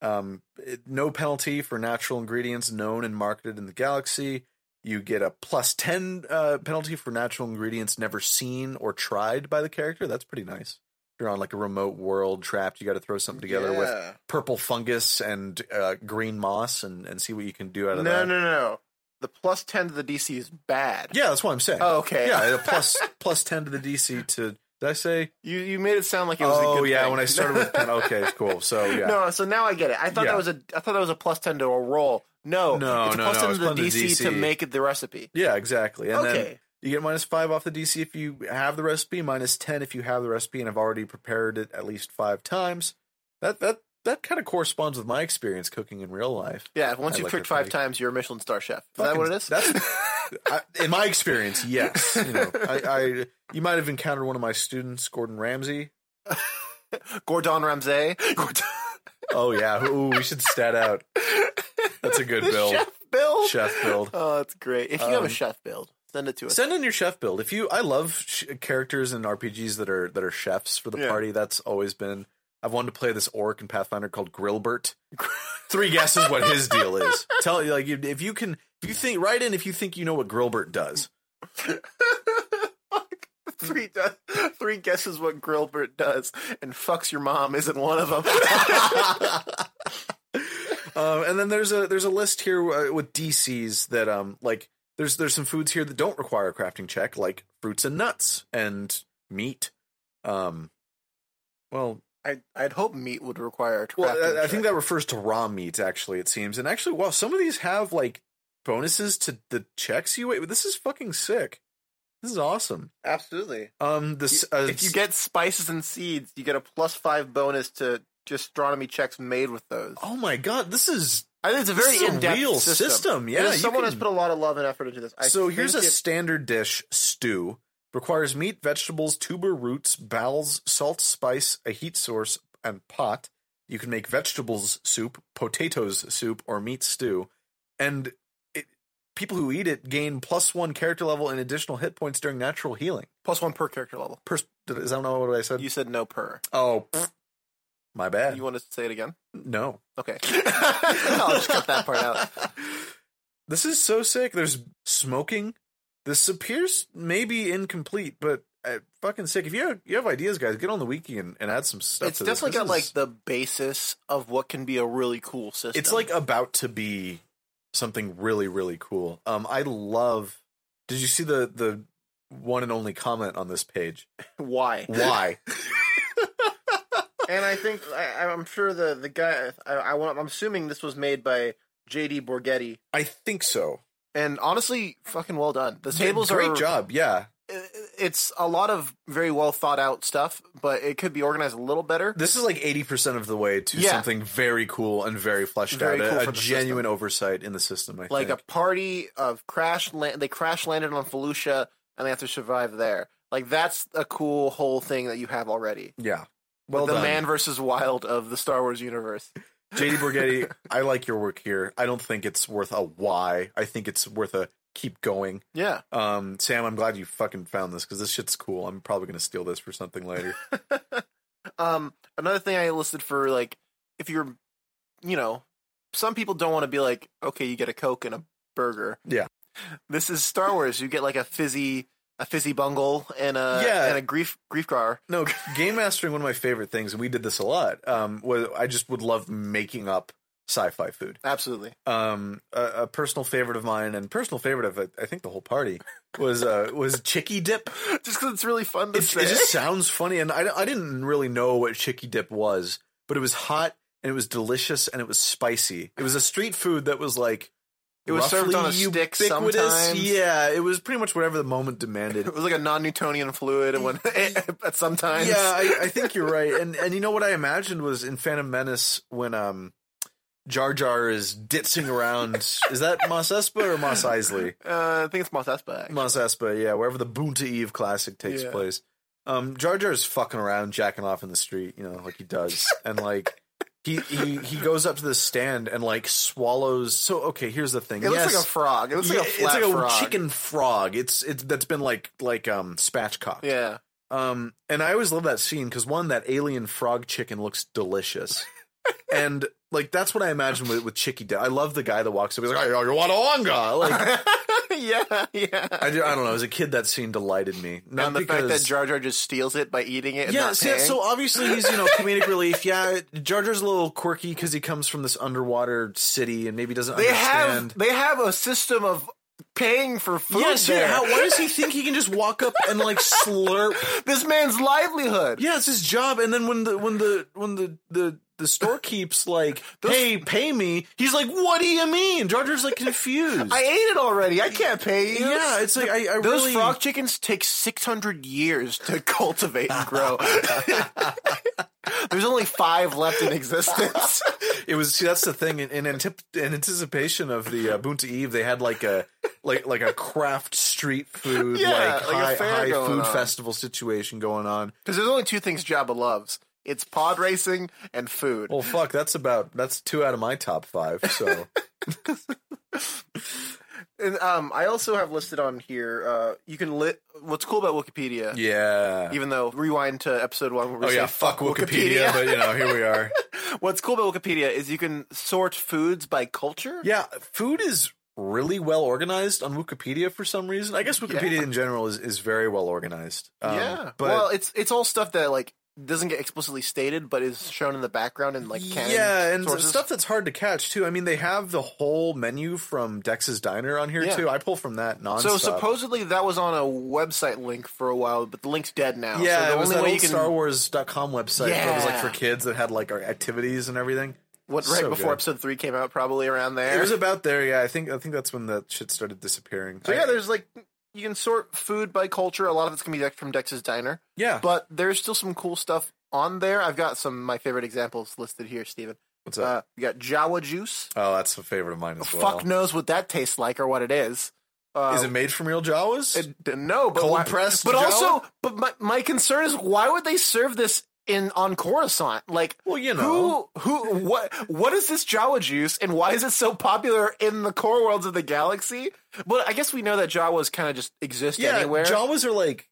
Speaker 3: Um, it- no penalty for natural ingredients known and marketed in the galaxy. You get a plus 10 uh, penalty for natural ingredients never seen or tried by the character. That's pretty nice. If you're on like a remote world trapped, you got to throw something together with
Speaker 2: Yeah.
Speaker 3: purple fungus and uh, green moss and, and see what you can do out
Speaker 2: No,
Speaker 3: of that.
Speaker 2: no, no. The plus ten to the DC is bad.
Speaker 3: Yeah, that's what I'm saying.
Speaker 2: Oh, okay.
Speaker 3: Yeah, a plus plus ten to the DC to. Did I say?
Speaker 2: You you made it sound like it was. a
Speaker 3: Oh
Speaker 2: good
Speaker 3: yeah,
Speaker 2: thing.
Speaker 3: when I started with pen. Okay, cool. So yeah,
Speaker 2: No, so now I get it. I thought
Speaker 3: Yeah.
Speaker 2: that was a I thought that was a plus ten to a roll. No,
Speaker 3: No,
Speaker 2: it's a
Speaker 3: no,
Speaker 2: plus
Speaker 3: no,
Speaker 2: ten
Speaker 3: it's
Speaker 2: to the
Speaker 3: plus
Speaker 2: DC, to
Speaker 3: DC.
Speaker 2: make it the recipe.
Speaker 3: yeah, exactly. And then
Speaker 2: okay,
Speaker 3: you get minus five off the DC if you have the recipe, minus ten if you have the recipe and have already prepared it at least five times. That that that kind of corresponds with my experience cooking in real life.
Speaker 2: yeah. Once
Speaker 3: I
Speaker 2: you've
Speaker 3: like
Speaker 2: cooked
Speaker 3: that
Speaker 2: five
Speaker 3: thing.
Speaker 2: times, you're a Michelin star chef. Is that what it is?
Speaker 3: That's I, in my experience. Yes, you know, I, I you might have encountered one of my students, Gordon Ramsay,
Speaker 2: Gordon Ramsay. Gordon-
Speaker 3: Oh yeah, ooh, we should stat out. That's a good
Speaker 2: the
Speaker 3: build.
Speaker 2: Chef build.
Speaker 3: Chef build.
Speaker 2: Oh, that's great. If you have a
Speaker 3: Um,
Speaker 2: chef build, send it to us.
Speaker 3: Send in your chef build. If you, I love sh- characters in RPGs that are that are chefs for the
Speaker 2: Yeah.
Speaker 3: party. That's always been. I've wanted to play this orc in Pathfinder called Grillbert. Three guesses what his deal is. Tell like you- if you can if you think write in if you think you know what Grillbert does.
Speaker 2: three does, three guesses what Grillbert does, and fucks your mom isn't one of them.
Speaker 3: Um, and then there's a there's a list here uh, with DCs that um like there's there's some foods here that don't require a crafting check like fruits and nuts and meat. Um, well,
Speaker 2: I I'd hope meat would require. A
Speaker 3: well,
Speaker 2: crafting
Speaker 3: I, I think
Speaker 2: check.
Speaker 3: that refers to raw meat actually. It seems and actually, wow, some of these have like bonuses to the checks you wait. This is fucking sick. This is awesome.
Speaker 2: absolutely.
Speaker 3: Um, this uh,
Speaker 2: If you get spices and seeds, you get a plus five bonus to gastronomy checks made with those.
Speaker 3: oh my god, this is
Speaker 2: I think it's a
Speaker 3: This
Speaker 2: very
Speaker 3: is a
Speaker 2: in-depth
Speaker 3: real
Speaker 2: system.
Speaker 3: system,
Speaker 2: It
Speaker 3: yeah,
Speaker 2: is-
Speaker 3: you
Speaker 2: someone has
Speaker 3: can-
Speaker 2: put a lot of love and effort into this. I
Speaker 3: so here's a
Speaker 2: think it-
Speaker 3: standard dish stew. Requires meat, vegetables, tuber roots, bowels, salt, spice, a heat source, and pot. You can make vegetables soup, potatoes soup, or meat stew. And it, people who eat it gain plus one character level and additional hit points during natural healing.
Speaker 2: plus one per character level.
Speaker 3: Pers- did- is that not what I said?
Speaker 2: You said no per.
Speaker 3: oh, pfft. my bad.
Speaker 2: You want to say it again?
Speaker 3: no.
Speaker 2: Okay. I'll just cut that part out.
Speaker 3: This is so sick. There's smoking. This appears maybe incomplete, but uh, fucking sick. If you have, you have ideas, guys, get on the wiki and, and add some stuff.
Speaker 2: it's
Speaker 3: to
Speaker 2: definitely
Speaker 3: this.
Speaker 2: got
Speaker 3: This
Speaker 2: like
Speaker 3: is-
Speaker 2: the basis of what can be a really cool system.
Speaker 3: it's like about to be something really really cool. Um, I love. Did you see the the one and only comment on this page?
Speaker 2: why?
Speaker 3: Why?
Speaker 2: and I think I, I'm sure the the guy. I, I want. I'm assuming this was made by J.D. Borghetti.
Speaker 3: I think so.
Speaker 2: And honestly, fucking well done. The tables
Speaker 3: great
Speaker 2: are
Speaker 3: job. Yeah,
Speaker 2: It's a lot of very well thought out stuff, but it could be organized a little better.
Speaker 3: this is like eighty percent of the way to
Speaker 2: Yeah.
Speaker 3: something very cool and very fleshed
Speaker 2: Very
Speaker 3: out.
Speaker 2: cool
Speaker 3: a
Speaker 2: for
Speaker 3: a
Speaker 2: the
Speaker 3: genuine oversight in the system. I
Speaker 2: like
Speaker 3: think.
Speaker 2: a party of crash land they crash landed on Felucia and they have to survive there. Like that's a cool whole thing that you have already.
Speaker 3: yeah. Well
Speaker 2: the
Speaker 3: done.
Speaker 2: man versus wild of the Star Wars universe.
Speaker 3: JD Borghetti, I like your work here. I don't think it's worth a why. I think it's worth a keep going.
Speaker 2: Yeah.
Speaker 3: Um, Sam, I'm glad you fucking found this because this shit's cool. I'm probably gonna steal this for something later.
Speaker 2: Um another thing I listed for like if you're you know, some people don't want to be like, okay, you get a Coke and a burger.
Speaker 3: Yeah.
Speaker 2: This is Star Wars. You get like a fizzy a fizzy bungle and a
Speaker 3: Yeah.
Speaker 2: and a grief grief car.
Speaker 3: no, game mastering one of my favorite things, and we did this a lot. Um, was I just would love making up sci-fi food.
Speaker 2: Absolutely.
Speaker 3: Um, a, a personal favorite of mine, and personal favorite of I think the whole party was uh was chicky dip.
Speaker 2: Just because it's really fun to
Speaker 3: It's,
Speaker 2: say.
Speaker 3: it just sounds funny, and I, I didn't really know what chicky dip was, but it was hot and it was delicious and it was spicy. It was a street food that was like
Speaker 2: It was served
Speaker 3: roughly
Speaker 2: on a stick
Speaker 3: ubiquitous.
Speaker 2: sometimes.
Speaker 3: Yeah, it was pretty much whatever the moment demanded.
Speaker 2: It was like a non-Newtonian fluid, and when at sometimes,
Speaker 3: yeah, I, I think you're right, and and you know what I imagined was in Phantom Menace when um. Jar Jar is ditzing around. is that Mos Espa or Mos Eisley?
Speaker 2: Uh, I think it's Mos Espa. actually.
Speaker 3: Mos Espa, yeah, wherever the Boonta Eve classic takes
Speaker 2: Yeah.
Speaker 3: place. Um, Jar Jar is fucking around, jacking off in the street, you know, like he does, and like he he he goes up to the stand and like swallows. So okay, here's the thing.
Speaker 2: It looks
Speaker 3: Yes,
Speaker 2: like a frog. It looks like a
Speaker 3: yeah,
Speaker 2: flat
Speaker 3: it's like
Speaker 2: frog.
Speaker 3: a chicken frog. It's it's that's been like like um spatchcock.
Speaker 2: Yeah,
Speaker 3: Um, and I always love that scene because one, that alien frog chicken looks delicious, and like that's what I imagine with, with Chicky. Dip. I love the guy that walks up. He's like, "Hey, yo, you want a longa?" Like
Speaker 2: yeah, yeah.
Speaker 3: I, do, I don't know. As a kid, that scene delighted me. Not
Speaker 2: and the
Speaker 3: because,
Speaker 2: fact that Jar Jar just steals it by eating it. And
Speaker 3: yeah,
Speaker 2: not
Speaker 3: see,
Speaker 2: paying.
Speaker 3: so obviously he's you know comedic relief. Yeah, Jar Jar's a little quirky because he comes from this underwater city and maybe doesn't
Speaker 2: they
Speaker 3: understand.
Speaker 2: have they have a system of paying for food
Speaker 3: yeah, see,
Speaker 2: there.
Speaker 3: how, why does he think he can just walk up and like slurp?
Speaker 2: this man's livelihood.
Speaker 3: Yeah, it's his job. And then when the when the when the the the store keeps like, hey, pay me. He's like, what do you mean? Jar Jar's like confused.
Speaker 2: I ate it already. I can't pay you.
Speaker 3: yeah, it's like I, I
Speaker 2: Those
Speaker 3: really
Speaker 2: frog chickens take 600 years to cultivate and grow. There's only five left in existence.
Speaker 3: It was see that's the thing in, in, antip- in anticipation of the uh, Bunta Eve they had like a like like a craft street food
Speaker 2: Yeah,
Speaker 3: like,
Speaker 2: like a
Speaker 3: high,
Speaker 2: fair
Speaker 3: high
Speaker 2: going
Speaker 3: food
Speaker 2: on.
Speaker 3: festival situation going on.
Speaker 2: Because there's only two things Jabba loves it's pod racing and food.
Speaker 3: Well, fuck, that's about that's two out of my top five. So
Speaker 2: And um, I also have listed on here uh, you can lit. What's cool about Wikipedia,
Speaker 3: yeah.
Speaker 2: even though rewind to episode one where we
Speaker 3: Oh
Speaker 2: say
Speaker 3: yeah, fuck Wikipedia, but you know here we are.
Speaker 2: What's cool about Wikipedia is you can sort foods by culture.
Speaker 3: Yeah, food is really well organized on Wikipedia for some reason. I guess Wikipedia
Speaker 2: Yeah.
Speaker 3: in general is, is very well organized. Um,
Speaker 2: yeah.
Speaker 3: but
Speaker 2: well, it's it's all stuff that like doesn't get explicitly stated, but is shown in the background and like canon
Speaker 3: yeah, and
Speaker 2: sources.
Speaker 3: stuff that's hard to catch too. I mean, they have the whole menu from Dex's Diner on here
Speaker 2: Yeah.
Speaker 3: too. I pull from that nonstop.
Speaker 2: So supposedly that was on a website link for a while, but the link's dead now.
Speaker 3: yeah, it
Speaker 2: so the
Speaker 3: was
Speaker 2: only
Speaker 3: that
Speaker 2: way
Speaker 3: old
Speaker 2: you can
Speaker 3: StarWars.com website that was like
Speaker 2: Yeah.
Speaker 3: for kids that had like our activities and everything.
Speaker 2: what right
Speaker 3: so
Speaker 2: before
Speaker 3: good.
Speaker 2: episode three came out, probably around there.
Speaker 3: It was about there, yeah. I think I think that's when that shit started disappearing.
Speaker 2: so
Speaker 3: I-
Speaker 2: yeah, there's like you can sort food by culture. A lot of it's gonna be Dex- from Dex's Diner,
Speaker 3: yeah.
Speaker 2: but there's still some cool stuff on there. I've got some of my favorite examples listed here, Steven.
Speaker 3: What's up?
Speaker 2: Uh, we got Jawa juice.
Speaker 3: oh, that's a favorite of mine as well.
Speaker 2: uh, Fuck knows what that tastes like or what it is. Uh,
Speaker 3: Is it made from real Jawas?
Speaker 2: It, Uh, d- no, but
Speaker 3: Cold
Speaker 2: why,
Speaker 3: pressed
Speaker 2: But
Speaker 3: Jell-O?
Speaker 2: also, but my, my concern is why would they serve this in on Coruscant? Like,
Speaker 3: well, you know,
Speaker 2: who, who, what, what is this Jawa juice, and why is it so popular in the core worlds of the galaxy? But I guess we know that Jawas kind of just exist
Speaker 3: yeah,
Speaker 2: anywhere.
Speaker 3: Jawas are like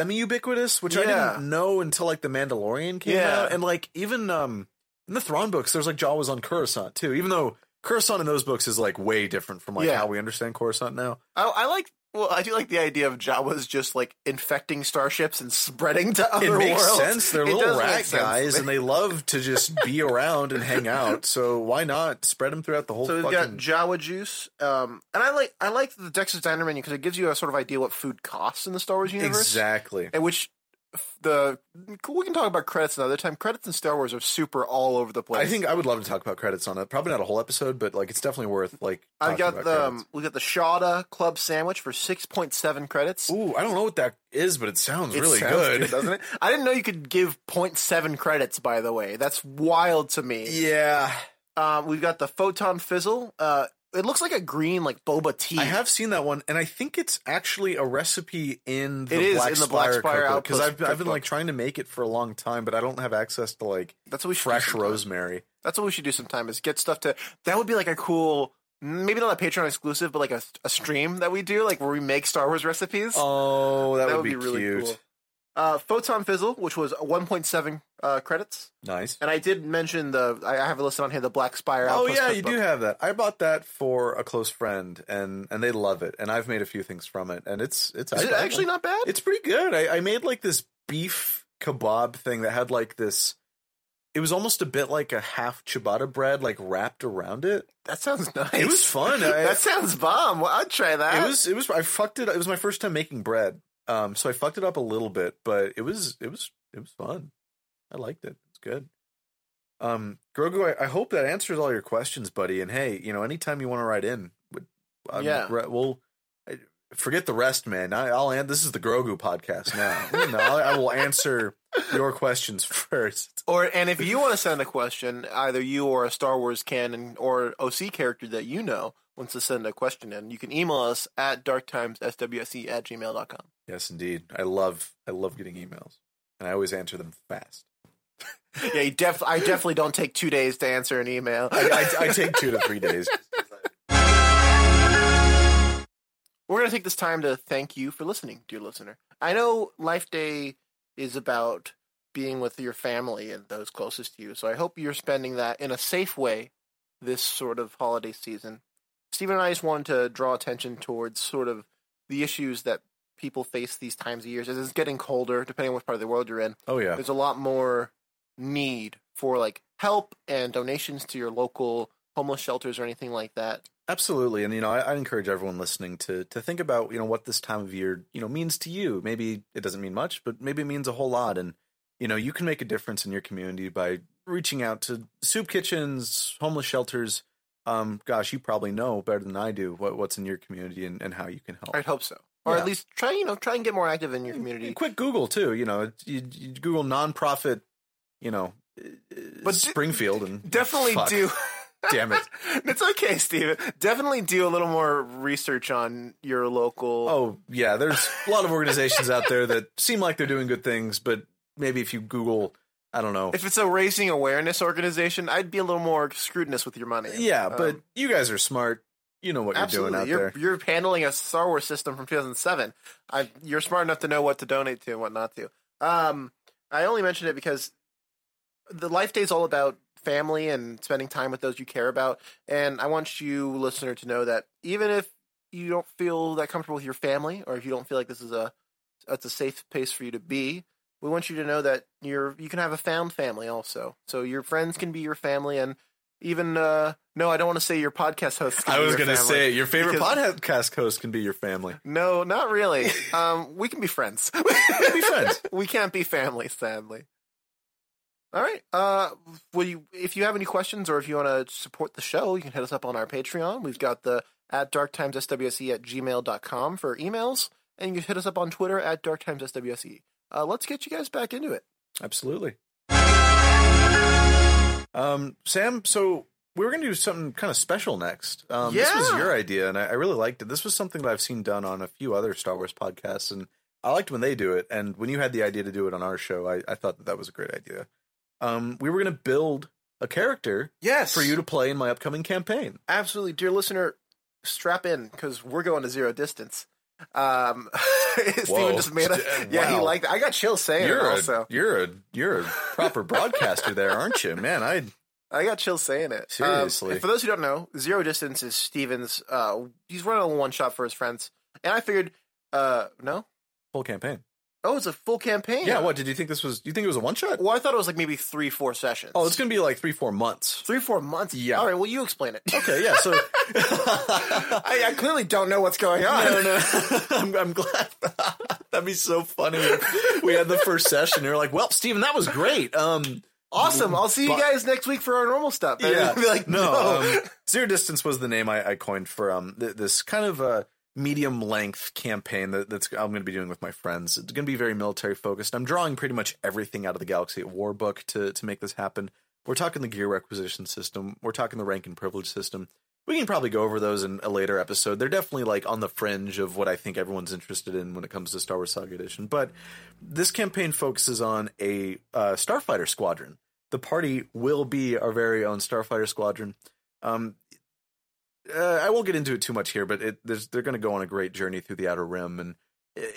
Speaker 3: semi-ubiquitous, which I
Speaker 2: Yeah.
Speaker 3: didn't know until like the Mandalorian came
Speaker 2: Yeah.
Speaker 3: out, and like even um in the Thrawn books, there's like Jawas on Coruscant too. Even though Coruscant in those books is like way different from like
Speaker 2: Yeah.
Speaker 3: how we understand Coruscant now.
Speaker 2: I, I like. Well, I do like the idea of Jawas just like infecting starships and spreading to other
Speaker 3: it makes
Speaker 2: worlds.
Speaker 3: sense. They're
Speaker 2: It
Speaker 3: little
Speaker 2: does make
Speaker 3: rat
Speaker 2: sense.
Speaker 3: guys, and they love to just be around and hang out. So why not spread them throughout the whole?
Speaker 2: So we've got
Speaker 3: Oh, fucking...
Speaker 2: Jawa juice, um, and I like I like the Dex's Diner menu because it gives you a sort of idea what food costs in the Star Wars universe.
Speaker 3: exactly.
Speaker 2: And which f- the we can talk about credits another time. Credits in Star Wars are super all over the place.
Speaker 3: I think I would love to talk about credits on it. Probably not a whole episode, but like it's definitely worth like.
Speaker 2: I've
Speaker 3: talking
Speaker 2: got
Speaker 3: about
Speaker 2: the um, we got the Shada Club sandwich for six point seven credits.
Speaker 3: credits. Ooh, I don't know what that is, but it sounds
Speaker 2: It
Speaker 3: really
Speaker 2: sounds
Speaker 3: good.
Speaker 2: doesn't it? I didn't know you could give 0.7 credits. By the way, that's wild to me.
Speaker 3: yeah,
Speaker 2: Um, we've got the Photon Fizzle. Uh, it looks like a green like boba tea.
Speaker 3: I have seen that one, and I think it's actually a recipe in the
Speaker 2: It is
Speaker 3: Black
Speaker 2: in the Black
Speaker 3: Spire
Speaker 2: Spire
Speaker 3: cookbook because
Speaker 2: Outpost
Speaker 3: I've I've been like
Speaker 2: cookbook.
Speaker 3: trying to make it for a long time, but I don't have access to like
Speaker 2: That's what we should do
Speaker 3: fresh
Speaker 2: sometime.
Speaker 3: rosemary.
Speaker 2: That's what we should do sometime is get stuff to that would be like a cool maybe not a Patreon exclusive, but like a, a stream that we do, like where we make Star Wars recipes.
Speaker 3: Oh, that, would, be, cute.
Speaker 2: Uh, Photon Fizzle, which was 1.7 uh, credits,
Speaker 3: Nice.
Speaker 2: and I did mention the I I have a listed on here the Black Spire.
Speaker 3: Oh
Speaker 2: Outpost
Speaker 3: yeah, you
Speaker 2: cookbook.
Speaker 3: do have that. I bought that for a close friend, and and they love it. And I've made a few things from it, and it's it's
Speaker 2: Is it
Speaker 3: I- I-
Speaker 2: actually not bad?
Speaker 3: it's pretty good. I, I made like this beef kebab thing that had like this. It was almost a bit like a half ciabatta bread, like wrapped around it.
Speaker 2: that sounds nice.
Speaker 3: It was fun. I,
Speaker 2: that sounds bomb. Well, I'd try that.
Speaker 3: it was it was. I fucked it. It was my first time making bread, um. So I fucked it up a little bit, but it was it was it was fun. I liked it. It's good. Um, Grogu, I, I hope that answers all your questions, buddy. And hey, you know, anytime you want to write in, would- I'm,
Speaker 2: Yeah.
Speaker 3: re- we'll I, forget the rest, man. I, I'll an- this is the Grogu podcast now. no, I, I will answer your questions first.
Speaker 2: Or and if you want to send a question, either you or a Star Wars canon or OC character that you know wants to send a question in, you can email us at darktimesswse at gmail.com.
Speaker 3: Yes, indeed. I love I love getting emails, and I always answer them fast.
Speaker 2: Yeah, you def- I definitely don't take two days to answer an email.
Speaker 3: I, I, I take two to three days.
Speaker 2: We're going to take this time to thank you for listening, dear listener. I know Life Day is about being with your family and those closest to you, so I hope you're spending that in a safe way this sort of holiday season. Stephen and I just wanted to draw attention towards sort of the issues that people face these times of years. As it's getting colder, depending on which part of the world you're in,
Speaker 3: Oh yeah.
Speaker 2: there's a lot more need for like help and donations to your local homeless shelters or anything like that.
Speaker 3: Absolutely, and you know, I, I encourage everyone listening to to think about you know what this time of year you know means to you. Maybe it doesn't mean much, but maybe it means a whole lot. And you know, you can make a difference in your community by reaching out to soup kitchens, homeless shelters. Um, gosh, you probably know better than I do what, what's in your community and, and how you can help.
Speaker 2: I'd hope so. Or
Speaker 3: Yeah.
Speaker 2: at least try, you know, try and get more active in your community.
Speaker 3: Quick Google too. You know, you, you Google nonprofit. You know, but
Speaker 2: But d-
Speaker 3: Springfield and
Speaker 2: Definitely
Speaker 3: Fuck,
Speaker 2: do.
Speaker 3: Damn it.
Speaker 2: it's okay, Steven. Definitely do a little more research on your local.
Speaker 3: Oh yeah, there's a lot of organizations out there that seem like they're doing good things, but maybe if you Google, I don't know.
Speaker 2: If it's a raising awareness organization, I'd be a little more scrutinous with your money.
Speaker 3: yeah,
Speaker 2: Um,
Speaker 3: but you guys are smart. You know what you're doing
Speaker 2: absolutely,
Speaker 3: out
Speaker 2: you're,
Speaker 3: there.
Speaker 2: you're handling a Star Wars system from 2007. I, you're smart enough to know what to donate to and what not to. Um, I only mentioned it because the Life Day is all about family and spending time with those you care about. And I want you, listener, to know that even if you don't feel that comfortable with your family, or if you don't feel like this is a it's a safe place for you to be, we want you to know that you're you can have a found family also. So your friends can be your family, and even uh, no, I don't want to say your podcast hosts. Can
Speaker 3: I
Speaker 2: be
Speaker 3: was
Speaker 2: your
Speaker 3: gonna
Speaker 2: family.
Speaker 3: say your favorite
Speaker 2: because-
Speaker 3: podcast host can be your family.
Speaker 2: No, not really. Um, we can be friends.
Speaker 3: Be friends.
Speaker 2: we can't be family, sadly. All right. Uh, will you? If you have any questions or if you want to support the show, you can hit us up on our Patreon. We've got the at darktimesswse at gmail.com for emails, and you can hit us up on Twitter at darktimesswse. Uh, let's get you guys back into it.
Speaker 3: Absolutely. Um, Sam, so we were going to do something kind of special next. Um, This was
Speaker 2: Yeah.
Speaker 3: your idea, and I, I really liked it. This was something that I've seen done on a few other Star Wars podcasts, and I liked when they do it. And when you had the idea to do it on our show, I, I thought that that was a great idea. Um, we were going to build a character
Speaker 2: Yes,
Speaker 3: for you to play in my upcoming campaign.
Speaker 2: absolutely, dear listener, strap in because we're going to zero distance. Um, Steven just made a
Speaker 3: St-
Speaker 2: yeah, he
Speaker 3: wow.
Speaker 2: liked. It. I got chills saying it.
Speaker 3: You're
Speaker 2: Also,
Speaker 3: a, you're a you're a proper broadcaster there, aren't you? Man, I
Speaker 2: I got chills saying it. Um,
Speaker 3: Seriously.
Speaker 2: and for those who don't know, Zero Distance is Steven's, uh, he's running a one shot for his friends. And I figured, uh, no?
Speaker 3: full campaign.
Speaker 2: Oh, it's a full campaign.
Speaker 3: Yeah, what did you think this was? You think it was a one shot?
Speaker 2: Well, I thought it was like maybe three, four sessions.
Speaker 3: Oh, it's going to be like three, four months.
Speaker 2: three, four months.
Speaker 3: Yeah.
Speaker 2: All right, well, you explain it.
Speaker 3: Okay, yeah. So
Speaker 2: I, I clearly don't know what's going on.
Speaker 3: no, no. I'm, I'm glad. That'd be so funny. if we had the first session. and You're like, well, Steven, that was great. Um,
Speaker 2: Awesome. I'll see you
Speaker 3: But-
Speaker 2: guys next week for our normal stuff. And
Speaker 3: yeah.
Speaker 2: it'll be like, no.
Speaker 3: um, Zero Distance was the name I, I coined for um th- this kind of uh, medium length campaign that that's I'm going to be doing with my friends. It's going to be very military focused. I'm drawing pretty much everything out of the Galaxy at War book to to make this happen. We're talking the gear requisition system. We're talking the rank and privilege system. We can probably go over those in a later episode. They're definitely like on the fringe of what I think everyone's interested in when it comes to Star Wars Saga Edition. But this campaign focuses on a uh, starfighter squadron. The party will be our very own starfighter squadron. Um, uh, I won't get into it too much here, but it, there's, they're going to go on a great journey through the Outer Rim and,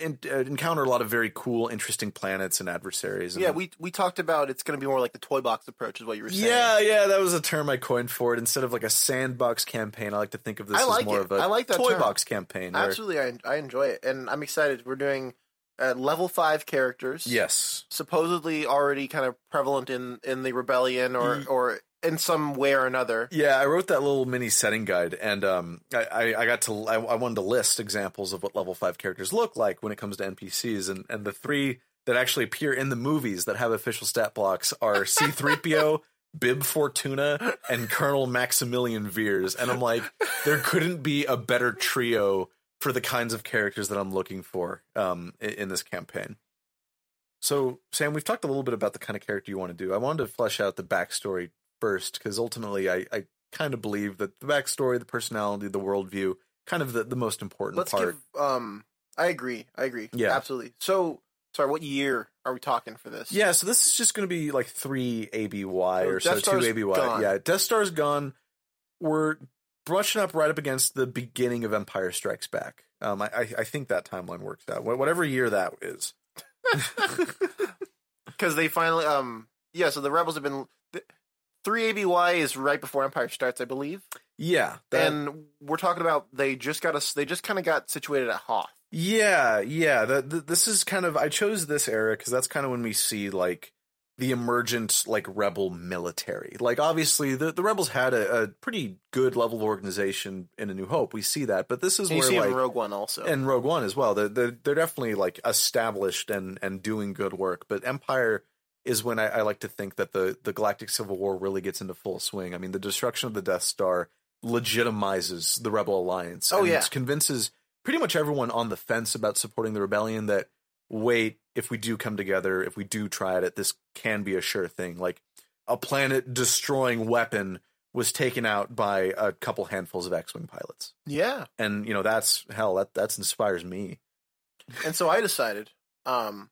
Speaker 3: and uh, encounter a lot of very cool, interesting planets and adversaries. And
Speaker 2: yeah, we, we talked about it's going to be more like the toy box approach, is what you were saying.
Speaker 3: yeah, yeah, that was a term I coined for it. Instead of like a sandbox campaign, I like to think of this
Speaker 2: I like
Speaker 3: as more
Speaker 2: it.
Speaker 3: of a
Speaker 2: I like that
Speaker 3: toy
Speaker 2: term.
Speaker 3: box campaign. where-
Speaker 2: Absolutely. I, I enjoy it. And I'm excited. We're doing uh, level five characters.
Speaker 3: yes,
Speaker 2: supposedly already kind of prevalent in in the rebellion or
Speaker 3: Ye-
Speaker 2: or in some way or another.
Speaker 3: Yeah, I wrote that little mini setting guide, and um, I, I, I got to I, I wanted to list examples of what level five characters look like when it comes to NPCs, and and the three that actually appear in the movies that have official stat blocks are C three PO, Bib Fortuna, and Colonel Maximilian Veers, and I'm like, there couldn't be a better trio for the kinds of characters that I'm looking for um i- in this campaign. So, Sam, we've talked a little bit about the kind of character you want to do. I wanted to flesh out the backstory first because ultimately, I, I kind of believe that the backstory, the personality, the worldview, kind of the, the most important
Speaker 2: Let's
Speaker 3: part.
Speaker 2: give um I agree. I agree.
Speaker 3: Yeah.
Speaker 2: Absolutely. So sorry, what year are we talking for this?
Speaker 3: yeah, so this is just going to be like three ABY or so,
Speaker 2: Oh, Death Star's
Speaker 3: two ABY.
Speaker 2: gone.
Speaker 3: Yeah, Death Star's gone. We're brushing up right up against the beginning of Empire Strikes Back. Um, I, I, I think that timeline works out. Wh- Whatever year that is.
Speaker 2: Cuz they finally um yeah, so the rebels have been th- 3ABY is right before Empire starts, I believe.
Speaker 3: Yeah. that-
Speaker 2: and we're talking about they just got us they just kind of got situated at Hoth.
Speaker 3: Yeah, yeah. That th- this is kind of I chose this era because that's kind of when we see like the emergent like rebel military. Like obviously the, the rebels had a, a pretty good level of organization in A New Hope. We see that, but this is
Speaker 2: And you
Speaker 3: where
Speaker 2: see
Speaker 3: like
Speaker 2: it in Rogue One also.
Speaker 3: and Rogue One as well. They're, they're they're definitely like established and and doing good work. But Empire is when I, I like to think that the the Galactic Civil War really gets into full swing. I mean, the destruction of the Death Star legitimizes the Rebel Alliance.
Speaker 2: Oh,
Speaker 3: and
Speaker 2: yeah.
Speaker 3: convinces pretty much everyone on the fence about supporting the rebellion that wait, if we do come together, if we do try it, this can be a sure thing. Like a planet destroying weapon was taken out by a couple handfuls of X-wing pilots
Speaker 2: yeah.
Speaker 3: and you know that's hell that that's inspires me
Speaker 2: And so I decided. Um,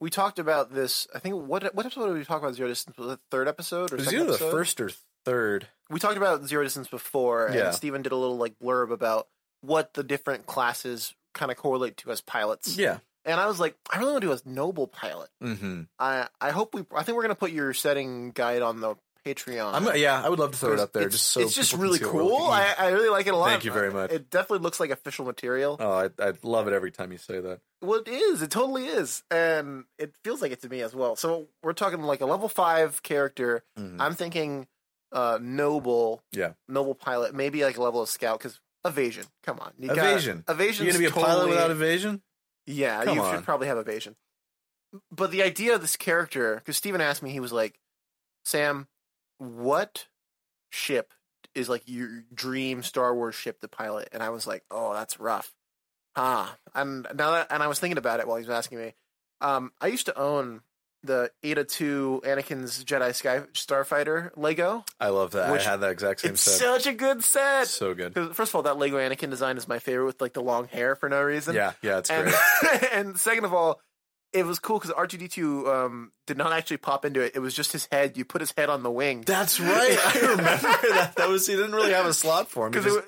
Speaker 2: we talked about this. I think what what episode did we talk about zero distance? Was it the third episode or
Speaker 3: it was
Speaker 2: second
Speaker 3: either the
Speaker 2: episode?
Speaker 3: first or third
Speaker 2: We talked about zero distance before,
Speaker 3: Yeah.
Speaker 2: and Steven did a little like blurb about what the different classes kind of correlate to as pilots.
Speaker 3: yeah
Speaker 2: And I was like, I really want to do a noble pilot.
Speaker 3: mm-hmm
Speaker 2: I I hope we. I think we're gonna put your setting guide on the Patreon.
Speaker 3: I'm yeah, I would love to throw it up there.
Speaker 2: It's
Speaker 3: just so
Speaker 2: it's just
Speaker 3: people can
Speaker 2: really
Speaker 3: see what we're looking
Speaker 2: cool. I, I really like it a lot.
Speaker 3: Thank you very much.
Speaker 2: It definitely looks like official material.
Speaker 3: Oh, I, I love it every time you say that.
Speaker 2: Well, it is. It totally is, and it feels like it to me as well. So we're talking like a level five character.
Speaker 3: Mhm.
Speaker 2: I'm thinking uh noble.
Speaker 3: Yeah.
Speaker 2: noble pilot. Maybe like a level of scout because evasion. Come on, you
Speaker 3: Evasion.
Speaker 2: Evasion.
Speaker 3: You're gonna be a pilot without evasion?
Speaker 2: Yeah,
Speaker 3: Come
Speaker 2: you
Speaker 3: on.
Speaker 2: should probably have evasion. But the idea of this character, because Steven asked me, he was like, Sam, what ship is like your dream Star Wars ship to pilot? And I was like, oh, that's rough. Huh. And now that, and I was thinking about it while he was asking me. Um, I used to own the Ada 2 Anakin's Jedi Sky Starfighter Lego.
Speaker 3: I love that.
Speaker 2: Which-
Speaker 3: I had that exact same
Speaker 2: It's
Speaker 3: set.
Speaker 2: such a good set.
Speaker 3: So good.
Speaker 2: 'Cause first of all, that Lego Anakin design is my favorite with like the long hair for no reason
Speaker 3: Yeah, yeah, it's
Speaker 2: and,
Speaker 3: great.
Speaker 2: and second of all, it was cool because R two D two um, did not actually pop into it. It was just his head. You put his head on the wing
Speaker 3: That's right. I remember that. That was he didn't really have a slot for him. He
Speaker 2: because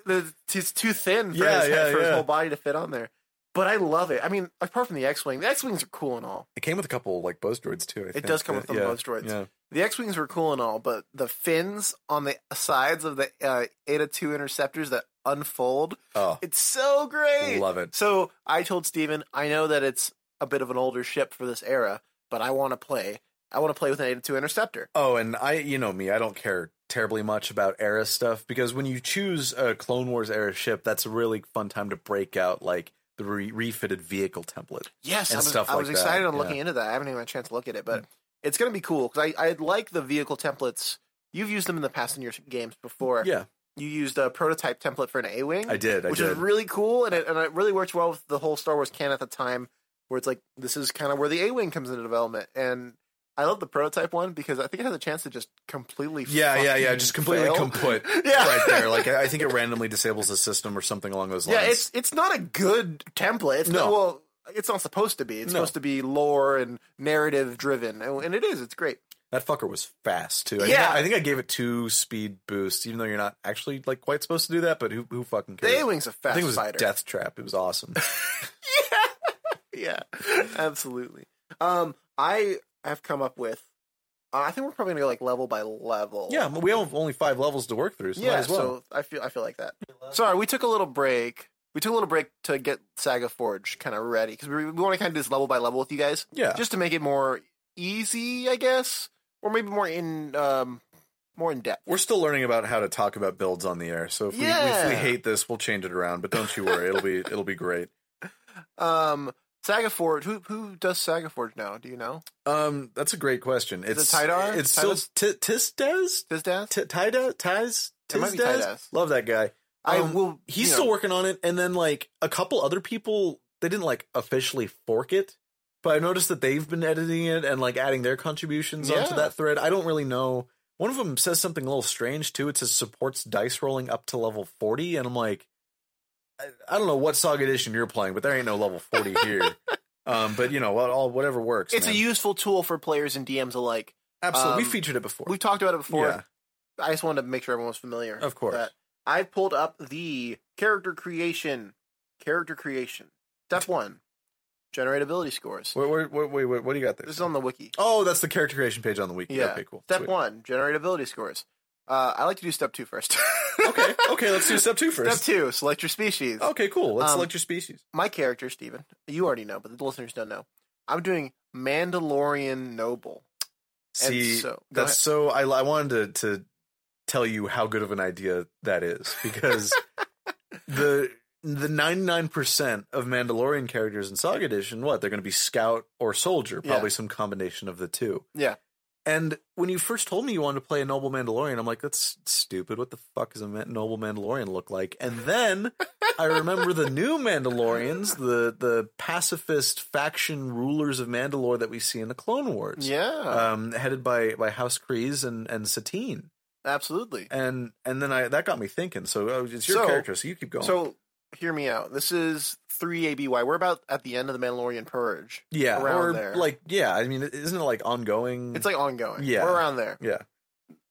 Speaker 3: just-
Speaker 2: it's too thin for,
Speaker 3: Yeah,
Speaker 2: his, head-
Speaker 3: yeah,
Speaker 2: for his
Speaker 3: yeah.
Speaker 2: whole body to fit on there. But I love it. I mean, apart from the X wing, the X wings are cool and all.
Speaker 3: it came with a couple like Bose droids too. I think.
Speaker 2: does come with some
Speaker 3: yeah,
Speaker 2: Bose droids.
Speaker 3: Yeah.
Speaker 2: The X wings were cool and all, but the fins on the sides of the uh, Ada two interceptors that unfold,
Speaker 3: Oh,
Speaker 2: it's so great.
Speaker 3: love it.
Speaker 2: So I told Steven, I know that it's a bit of an older ship for this era, but I want to play. I want to play with an 82 interceptor.
Speaker 3: Oh, and I, you know me, I don't care terribly much about era stuff because when you choose a Clone Wars era ship, that's a really fun time to break out like the re- refitted vehicle template.
Speaker 2: Yes,
Speaker 3: And
Speaker 2: I was,
Speaker 3: stuff
Speaker 2: I
Speaker 3: like
Speaker 2: was
Speaker 3: that,
Speaker 2: excited on
Speaker 3: yeah. Mm.
Speaker 2: looking into that. I haven't even had a chance to look at it, but it's going to be cool because I, I like the vehicle templates. You've used them in the past in your games before.
Speaker 3: Yeah,
Speaker 2: You used a prototype template for an A wing,
Speaker 3: I did. I
Speaker 2: which
Speaker 3: did.
Speaker 2: is really cool, and it, and it really worked well with the whole Star Wars canon at the time, where it's like this is kind of where the A wing comes into development. And I love the prototype one because I think it has a chance to just completely
Speaker 3: yeah, yeah, yeah.
Speaker 2: fucking
Speaker 3: Just completely
Speaker 2: fail.
Speaker 3: kaput
Speaker 2: Yeah.
Speaker 3: right there. Like I, I think it randomly disables the system or something along those lines.
Speaker 2: Yeah, it's it's not a good template. It's
Speaker 3: No.
Speaker 2: not, well, it's not supposed to be. It's
Speaker 3: No.
Speaker 2: supposed to be lore and narrative driven, and, and it is. It's great.
Speaker 3: that fucker was fast too. I
Speaker 2: Yeah.
Speaker 3: think I, I think I gave it two speed boosts, even though you're not actually like quite supposed to do that. But who who fucking
Speaker 2: The
Speaker 3: cares?
Speaker 2: A wing's a
Speaker 3: I
Speaker 2: fast
Speaker 3: think it was
Speaker 2: fighter.
Speaker 3: Death Trap. It was awesome.
Speaker 2: Yeah, absolutely. Um, I have come up with. Uh, I think we're probably gonna go like level by level.
Speaker 3: yeah, we have only five levels to work through. So might
Speaker 2: yeah.
Speaker 3: as well.
Speaker 2: So I feel I feel like that. Sorry, we took a little break. We took a little break to get Saga Forge kind of ready because we, we want to kind of do this level by level with you guys.
Speaker 3: yeah,
Speaker 2: just to make it more easy, I guess, or maybe more in um more in depth.
Speaker 3: We're still learning about how to talk about builds on the air, so if,
Speaker 2: Yeah.
Speaker 3: we, if we hate this, we'll change it around. But don't you worry, it'll be it'll be great.
Speaker 2: Um, Saga Forge. Who who does Saga Forge now? Do you know?
Speaker 3: Um, that's a great question.
Speaker 2: Is it
Speaker 3: It's
Speaker 2: Tidar?
Speaker 3: It's still T- Tisdez.
Speaker 2: Tizdaz?
Speaker 3: T- Tida Tiz
Speaker 2: It might be
Speaker 3: Tisdez.
Speaker 2: Tidaz.
Speaker 3: Love that guy.
Speaker 2: I
Speaker 3: um,
Speaker 2: will.
Speaker 3: He's
Speaker 2: you know,
Speaker 3: still working on it, and then like a couple other people, they didn't like officially fork it, but I noticed that they've been editing it and like adding their contributions
Speaker 2: Yeah.
Speaker 3: onto that thread. I don't really know. One of them says something a little strange too. It says supports dice rolling up to level forty, and I'm like, I, I don't know what Saga Edition you're playing, but there ain't no level forty here. um, but you know, what- all whatever works.
Speaker 2: It's a
Speaker 3: man.
Speaker 2: useful tool for players and DMs alike.
Speaker 3: absolutely. we
Speaker 2: um,
Speaker 3: featured it before.
Speaker 2: We've talked about it before.
Speaker 3: Yeah.
Speaker 2: I just wanted to make sure everyone was familiar.
Speaker 3: Of course.
Speaker 2: with I pulled up the character creation. Character creation. Step one: generate ability scores.
Speaker 3: Wait, wait, wait, wait, wait, what do you got there?
Speaker 2: This is on the wiki.
Speaker 3: oh, that's the character creation page on the wiki.
Speaker 2: Yeah.
Speaker 3: Okay, cool.
Speaker 2: Step
Speaker 3: Oh, Sweet.
Speaker 2: one: generate ability scores. Uh, I like to do step two first.
Speaker 3: okay, okay, let's do step two first.
Speaker 2: Step two, select your species.
Speaker 3: Okay, cool. Let's
Speaker 2: Um,
Speaker 3: select your species.
Speaker 2: My character, Steven, you already know, but the listeners don't know. I'm doing Mandalorian Noble. and
Speaker 3: See,
Speaker 2: so- go
Speaker 3: that's so.
Speaker 2: ahead.
Speaker 3: I, I wanted to, to tell you how good of an idea that is because the the ninety nine percent of Mandalorian characters in Saga Edition, what they're going to be scout or soldier,
Speaker 2: Yeah.
Speaker 3: probably some combination of the two.
Speaker 2: Yeah.
Speaker 3: And when you first told me you wanted to play a noble Mandalorian, I'm like, that's stupid. What the fuck does a ma- noble Mandalorian look like? And then I remember the new Mandalorians, the the pacifist faction rulers of Mandalore that we see in the Clone Wars.
Speaker 2: Yeah,
Speaker 3: um, headed by by House Kreese and and Satine,
Speaker 2: absolutely.
Speaker 3: and and then I that got me thinking. So oh, it's your
Speaker 2: So-
Speaker 3: character, so you keep going.
Speaker 2: So, hear me out. This is 3ABY. We're about at the end of the Mandalorian Purge.
Speaker 3: yeah,
Speaker 2: around
Speaker 3: or
Speaker 2: there.
Speaker 3: like yeah, I mean, isn't it like ongoing?
Speaker 2: It's like ongoing.
Speaker 3: Mm. Yeah.
Speaker 2: We're around there.
Speaker 3: yeah,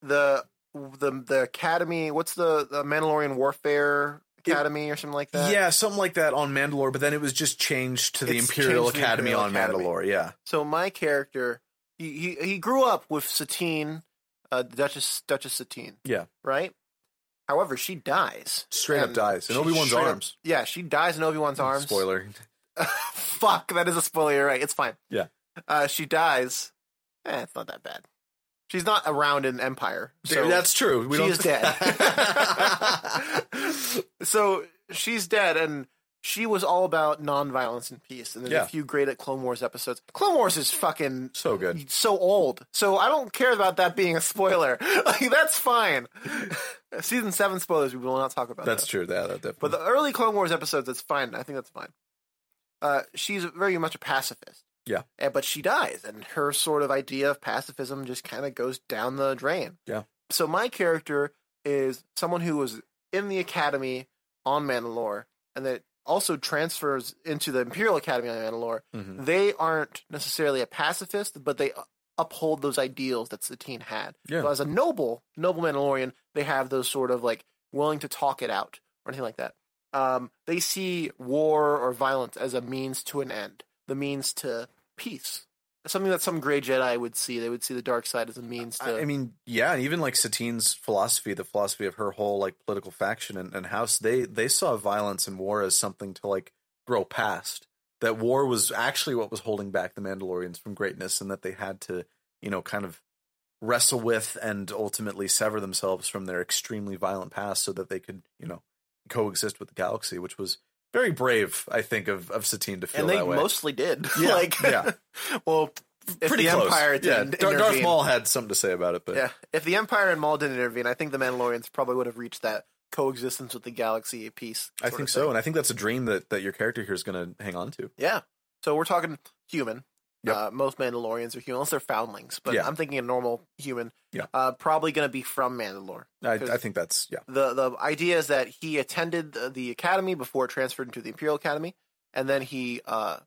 Speaker 2: The the the Academy, what's the, the Mandalorian Warfare
Speaker 3: It-
Speaker 2: Academy or something like that?
Speaker 3: yeah, something like that on Mandalore. But then it was just changed to the
Speaker 2: It's
Speaker 3: Imperial
Speaker 2: changed to the
Speaker 3: Academy
Speaker 2: Imperial
Speaker 3: on
Speaker 2: Academy.
Speaker 3: Mandalore. Yeah,
Speaker 2: So my character, he he, he grew up with Satine uh, Duchess Duchess Satine.
Speaker 3: Yeah.
Speaker 2: Right. However, she dies.
Speaker 3: Straight
Speaker 2: And
Speaker 3: up dies in
Speaker 2: she
Speaker 3: Obi Wan's
Speaker 2: straight up-
Speaker 3: arms. Mm,
Speaker 2: yeah, she dies in Obi Wan's arms.
Speaker 3: Spoiler.
Speaker 2: Fuck, that is a spoiler. You're right. It's fine.
Speaker 3: Yeah.
Speaker 2: Uh, she dies. Eh, it's not that bad. She's not around in Empire. So
Speaker 3: that's true. We
Speaker 2: she
Speaker 3: don't-
Speaker 2: is dead. so she's dead, and she was all about nonviolence and peace. And there's
Speaker 3: Yeah.
Speaker 2: a few great at Clone Wars episodes. Clone Wars is fucking
Speaker 3: so good.
Speaker 2: so old. So I don't care about that being a spoiler. Like that's fine. Season seven spoilers. We will not talk about.
Speaker 3: That's
Speaker 2: that.
Speaker 3: true. Yeah, that definitely.
Speaker 2: But the early Clone Wars episodes, that's fine. I think that's fine. Uh, she's very much a pacifist.
Speaker 3: Yeah.
Speaker 2: And, but she dies, and her sort of idea of pacifism just kind of goes down the drain.
Speaker 3: Yeah.
Speaker 2: So my character is someone who was in the academy on Mandalore, and that also transfers into the Imperial Academy on Mandalore.
Speaker 3: Mhm.
Speaker 2: They aren't necessarily a pacifist, but they uphold those ideals that Satine had.
Speaker 3: Yeah.
Speaker 2: So as a noble, noble Mandalorian, they have those sort of like willing to talk it out or anything like that. Um, they see war or violence as a means to an end, the means to peace. Something that some gray Jedi would see. They would see the dark side as a means to.
Speaker 3: I, I mean, yeah, and even like Satine's philosophy, the philosophy of her whole like political faction and, and house, they they saw violence and war as something to like grow past. That war was actually what was holding back the Mandalorians from greatness, and that they had to, you know, kind of wrestle with and ultimately sever themselves from their extremely violent past, so that they could, you know, coexist with the galaxy, which was very brave, I think, of of Satine to feel
Speaker 2: and they
Speaker 3: that way.
Speaker 2: mostly did.
Speaker 3: Yeah,
Speaker 2: like,
Speaker 3: yeah.
Speaker 2: well, if
Speaker 3: Pretty
Speaker 2: the
Speaker 3: close.
Speaker 2: Empire didn't
Speaker 3: yeah. Dar- Darth
Speaker 2: intervene-
Speaker 3: Maul had something to say about it, but
Speaker 2: Yeah, if the Empire and Maul didn't intervene, I think the Mandalorians probably would have reached that coexistence with the galaxy at peace.
Speaker 3: I
Speaker 2: sort
Speaker 3: think
Speaker 2: of
Speaker 3: so,
Speaker 2: thing.
Speaker 3: and I think that's a dream that that your character here is going to hang on to.
Speaker 2: Yeah. So we're talking human.
Speaker 3: Yep.
Speaker 2: Uh, most Mandalorians are human, unless they're foundlings. But
Speaker 3: Yeah.
Speaker 2: I'm thinking a normal human.
Speaker 3: Yeah.
Speaker 2: Uh, probably going to be from Mandalore.
Speaker 3: I,
Speaker 2: Because-
Speaker 3: I think that's yeah,
Speaker 2: The the idea is that he attended the, the academy before transferred into the Imperial Academy, and then he. Uh,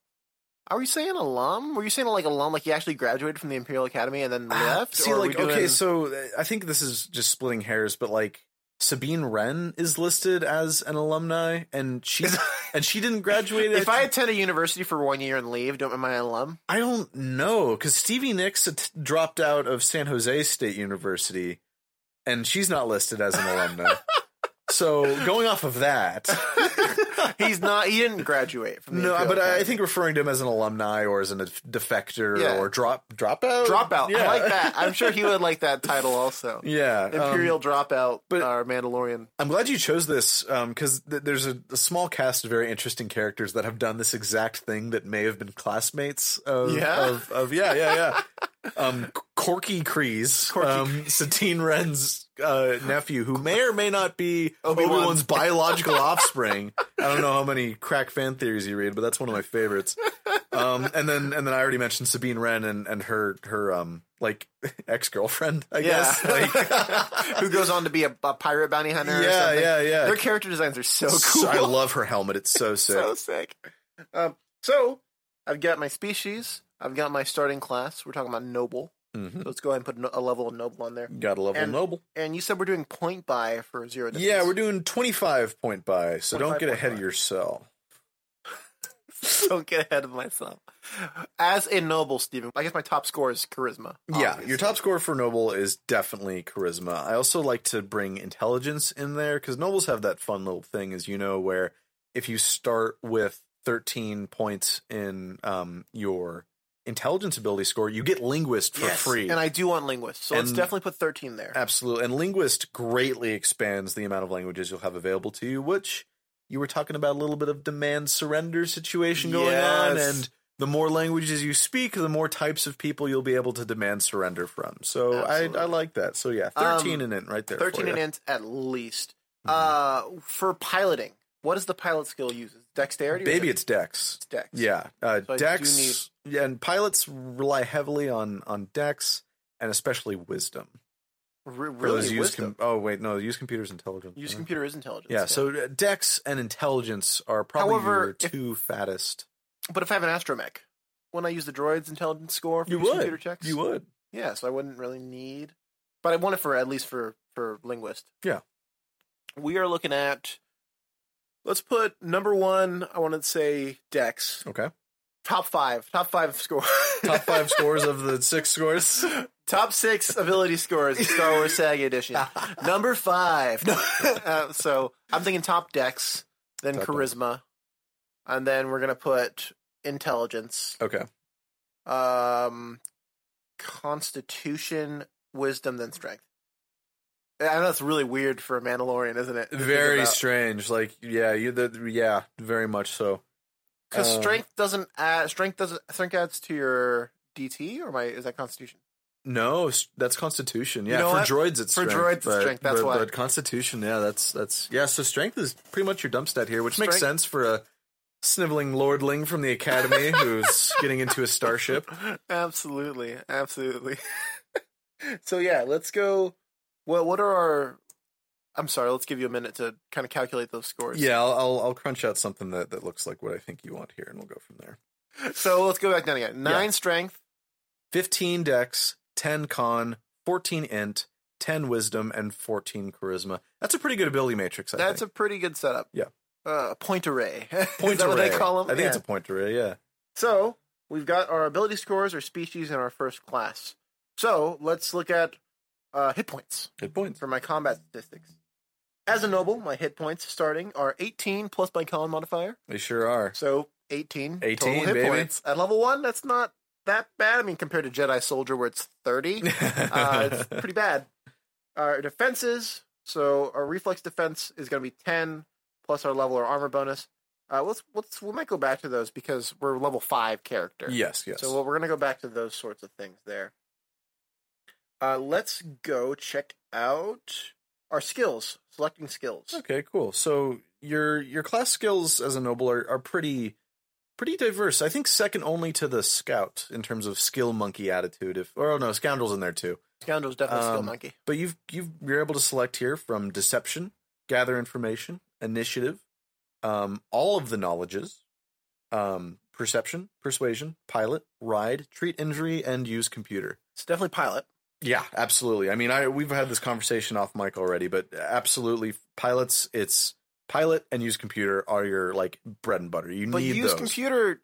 Speaker 2: are you saying alum? Were you saying like alum? Like he actually graduated from the Imperial Academy and then left?
Speaker 3: Ah, See,
Speaker 2: Or are we
Speaker 3: like okay,
Speaker 2: doing-
Speaker 3: so uh, I think this is just splitting hairs, but like Sabine Wren is listed as an alumni, and she and she didn't graduate.
Speaker 2: if
Speaker 3: I,
Speaker 2: I attend a university for one year and leave, don't am I an alum?
Speaker 3: I don't know because Stevie Nicks at- dropped out of San Jose State University, and she's not listed as an alumna. So going off of that,
Speaker 2: He's not. He didn't graduate from the
Speaker 3: no,
Speaker 2: Imperial
Speaker 3: but I, I
Speaker 2: Academy.
Speaker 3: think referring to him as an alumni or as an defector
Speaker 2: Yeah.
Speaker 3: or drop dropout
Speaker 2: dropout.
Speaker 3: Yeah.
Speaker 2: I like that. I'm sure he would like that title also.
Speaker 3: Yeah, um,
Speaker 2: Imperial dropout uh,
Speaker 3: but-
Speaker 2: or Mandalorian.
Speaker 3: I'm glad you chose this because th- there's a, a small cast of very interesting characters that have done this exact thing that may have been classmates of
Speaker 2: Yeah?
Speaker 3: of, of yeah yeah yeah. um, Corky Kreese,
Speaker 2: Corky
Speaker 3: um, Satine Wren's uh, nephew, who may or may not be Obi
Speaker 2: Obi-Wan.
Speaker 3: Wan's biological offspring. I don't know how many crack fan theories you read, but that's one of my favorites. Um, and then and then I already mentioned Sabine Wren and and her her um like ex girlfriend, I guess. Like,
Speaker 2: Who goes on to be a, a pirate bounty hunter? or
Speaker 3: yeah,
Speaker 2: something.
Speaker 3: yeah, yeah.
Speaker 2: Their character designs are so cool.
Speaker 3: So- I love her helmet. It's so sick.
Speaker 2: so sick. Um, so I've got my species. I've got my starting class. We're talking about noble.
Speaker 3: Mhm.
Speaker 2: So let's go ahead and put no- a level of noble on there.
Speaker 3: Got a level
Speaker 2: And-
Speaker 3: noble.
Speaker 2: And you said we're doing point buy for zero. Difference.
Speaker 3: Yeah, we're doing 25 point buy, so don't
Speaker 2: 25
Speaker 3: get
Speaker 2: point
Speaker 3: ahead
Speaker 2: buy.
Speaker 3: of yourself.
Speaker 2: don't get ahead of myself. As a noble, Stephen, I guess my top score is charisma.
Speaker 3: Yeah,
Speaker 2: obviously.
Speaker 3: your top score for noble is definitely charisma. I also like to bring intelligence in there because nobles have that fun little thing, as you know, where if you start with 13 points in um, your intelligence ability score, you get linguist for
Speaker 2: Yes,
Speaker 3: free.
Speaker 2: And I do want linguist, so let's
Speaker 3: And-
Speaker 2: definitely put thirteen there.
Speaker 3: Absolutely. And Linguist greatly expands the amount of languages you'll have available to you, which you were talking about a little bit of demand surrender situation going on.
Speaker 2: Yes.
Speaker 3: And the more languages you speak, the more types of people you'll be able to demand surrender from. So I,
Speaker 2: Absolutely.
Speaker 3: I like that. So yeah,
Speaker 2: Um,
Speaker 3: 13 and in right there. for
Speaker 2: 13
Speaker 3: ya. Mm-hmm.
Speaker 2: and int at least. Uh, for piloting, what does the pilot skill use? Dexterity? or
Speaker 3: Baby,
Speaker 2: dex?
Speaker 3: it's Dex.
Speaker 2: It's dex.
Speaker 3: Yeah. Uh,
Speaker 2: So I do
Speaker 3: Dex. Yeah, and pilots rely heavily on, on Dex and especially wisdom.
Speaker 2: R-
Speaker 3: For those
Speaker 2: really?
Speaker 3: who use
Speaker 2: Wisdom.
Speaker 3: com- oh, wait, no, use computer's intelligence. Uh-huh.
Speaker 2: use
Speaker 3: Yeah.
Speaker 2: computer is intelligence.
Speaker 3: Yeah, so uh, dex and intelligence are probably
Speaker 2: However,
Speaker 3: your
Speaker 2: if-
Speaker 3: two fattest.
Speaker 2: But if I have an astromech, wouldn't I use the droid's intelligence score for these computer checks?
Speaker 3: You would.
Speaker 2: Yeah, so I wouldn't really need. But I want it for at least for for linguist.
Speaker 3: Yeah.
Speaker 2: We are looking at. Let's put number one. I want to say Dex.
Speaker 3: Okay.
Speaker 2: top five, top five score,
Speaker 3: Top five scores of the six scores.
Speaker 2: top six ability scores in Star Wars Saga Edition. Number five. No, uh, so I'm thinking top decks, then
Speaker 3: Top dex.
Speaker 2: charisma, and then we're gonna put intelligence,
Speaker 3: Okay.
Speaker 2: um, constitution, wisdom, then strength. I know that's really weird for a Mandalorian, isn't it? to think
Speaker 3: Very
Speaker 2: about?
Speaker 3: strange. Like yeah, you the yeah, very much so.
Speaker 2: Because
Speaker 3: Um,
Speaker 2: strength doesn't add strength doesn't strength adds to your DT or my is that Constitution?
Speaker 3: No, s- that's Constitution. Yeah,
Speaker 2: know
Speaker 3: for
Speaker 2: what?
Speaker 3: droids it's
Speaker 2: For
Speaker 3: strength,
Speaker 2: droids it's
Speaker 3: but-
Speaker 2: strength, that's
Speaker 3: but,
Speaker 2: why.
Speaker 3: But Constitution, yeah, that's that's yeah. So strength is pretty much your dump stat here, which makes
Speaker 2: Strength.
Speaker 3: sense for a sniveling lordling from the academy who's getting into a starship.
Speaker 2: absolutely, absolutely. so yeah, let's go. What what are our? I'm sorry. Let's give you a minute to kind of calculate those scores.
Speaker 3: Yeah, I'll, I'll I'll crunch out something that that looks like what I think you want here, and we'll go from there.
Speaker 2: So let's go back down again. Nine strength.
Speaker 3: Fifteen dex, ten con, fourteen int, ten wisdom, and fourteen charisma. That's a pretty good ability matrix. I
Speaker 2: That's
Speaker 3: think.
Speaker 2: a pretty good setup.
Speaker 3: Yeah.
Speaker 2: Uh, point array.
Speaker 3: point
Speaker 2: is that what they
Speaker 3: array.
Speaker 2: call them?
Speaker 3: I think it's a point array. Yeah.
Speaker 2: So we've got our ability scores, our species, and our first class. So let's look at uh, hit points.
Speaker 3: Good points.
Speaker 2: for my combat statistics. As a noble, my hit points starting are 18 plus my con modifier,
Speaker 3: They sure are.
Speaker 2: so 18.
Speaker 3: 18,
Speaker 2: total hit
Speaker 3: baby.
Speaker 2: points at level one. That's not that bad. I mean, compared to Jedi Soldier, where it's 30, uh, it's pretty bad. Our defenses, so our reflex defense is going to be 10 plus our level or armor bonus. Uh, let's let's we might go back to those because we're level five character.
Speaker 3: yes. Yes.
Speaker 2: So well, we're going to go back to those sorts of things there. Uh, let's go check out our skills, selecting skills.
Speaker 3: Okay, cool. So your your class skills as a noble are, are pretty pretty diverse. I think second only to the scout in terms of skill monkey attitude. If or oh no, scoundrels in there too.
Speaker 2: Scoundrel's definitely skill
Speaker 3: Um,
Speaker 2: monkey.
Speaker 3: But you've you've you're able to select here from deception, gather information, initiative, um, all of the knowledges, um, perception, persuasion, pilot, ride, treat injury, and use computer.
Speaker 2: It's definitely pilot.
Speaker 3: Yeah, absolutely. I mean, I we've had this conversation off mic already, but absolutely, pilots. It's pilot and use computer are your like bread and butter. You
Speaker 2: But
Speaker 3: need
Speaker 2: use
Speaker 3: those.
Speaker 2: computer.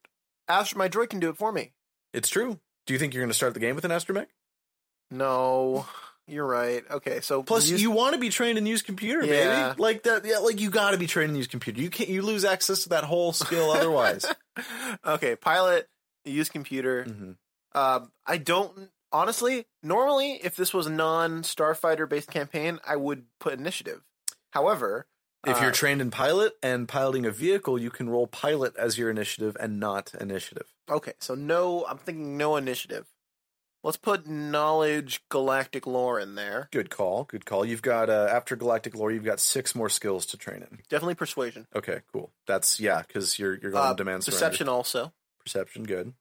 Speaker 2: After my droid can do it for me.
Speaker 3: it's true. Do you think you're going to start the game with an astromech?
Speaker 2: No, you're right. Okay, so
Speaker 3: Plus,
Speaker 2: use-
Speaker 3: you want to be trained in use computer,
Speaker 2: Yeah.
Speaker 3: baby. Like that. Yeah, like you got to be trained in use computer. You can't. You lose access to that whole skill otherwise.
Speaker 2: okay, pilot. Use computer.
Speaker 3: Mhm.
Speaker 2: Um, I don't honestly. Normally, if this was a non Starfighter based campaign, I would put initiative. However,
Speaker 3: If
Speaker 2: uh,
Speaker 3: you're trained in pilot and piloting a vehicle, you can roll pilot as your initiative and not initiative.
Speaker 2: Okay, so no, I'm thinking no initiative. Let's put knowledge galactic lore in there.
Speaker 3: Good call. Good call. You've got uh, after galactic lore. You've got six more skills to train in.
Speaker 2: Definitely persuasion.
Speaker 3: Okay, cool. That's yeah, because you're you're going
Speaker 2: Uh,
Speaker 3: to demand surrender.
Speaker 2: deception also.
Speaker 3: perception, good.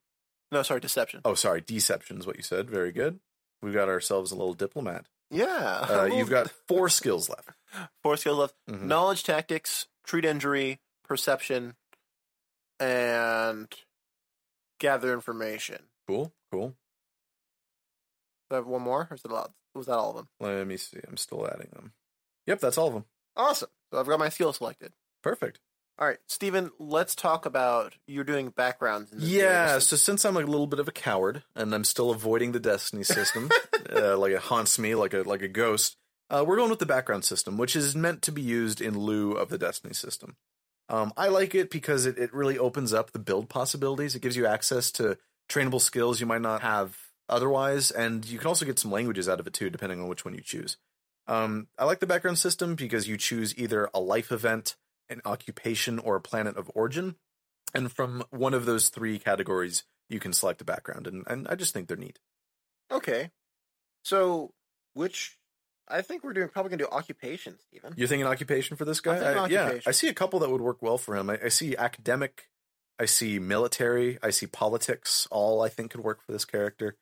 Speaker 2: No, sorry, deception.
Speaker 3: Oh, sorry, deception is what you said. Very good. We've got ourselves a little diplomat.
Speaker 2: Yeah,
Speaker 3: Uh, you've got four skills left.
Speaker 2: four skills left:
Speaker 3: Mhm.
Speaker 2: knowledge, tactics, treat injury, perception, and gather information.
Speaker 3: Cool, cool.
Speaker 2: Do I have one more, or is that all? Was that all of them?
Speaker 3: Let me see. I'm still adding them. Yep, that's all of them.
Speaker 2: Awesome. So I've got my skill selected.
Speaker 3: Perfect.
Speaker 2: All right, Steven, let's talk about you're doing backgrounds. In this
Speaker 3: Yeah.
Speaker 2: game.
Speaker 3: So since I'm a little bit of a coward and I'm still avoiding the destiny system, uh, like it haunts me like a like a ghost. Uh, we're going with the background system, which is meant to be used in lieu of the destiny system. Um, I like it because it, it really opens up the build possibilities. It gives you access to trainable skills you might not have otherwise, and you can also get some languages out of it too, depending on which one you choose. Um, I like the background system because you choose either a life event, an occupation, or a planet of origin, and from one of those three categories, you can select a background, and, and I just think they're neat.
Speaker 2: Okay. So, which I think we're doing probably gonna do occupation, Stephen.
Speaker 3: You're thinking occupation for this guy?
Speaker 2: I'm thinking
Speaker 3: I- yeah,
Speaker 2: Mm-hmm. occupation.
Speaker 3: I see a couple that would work well for him. I, I see academic, I see military, I see politics. All I think could work for this character.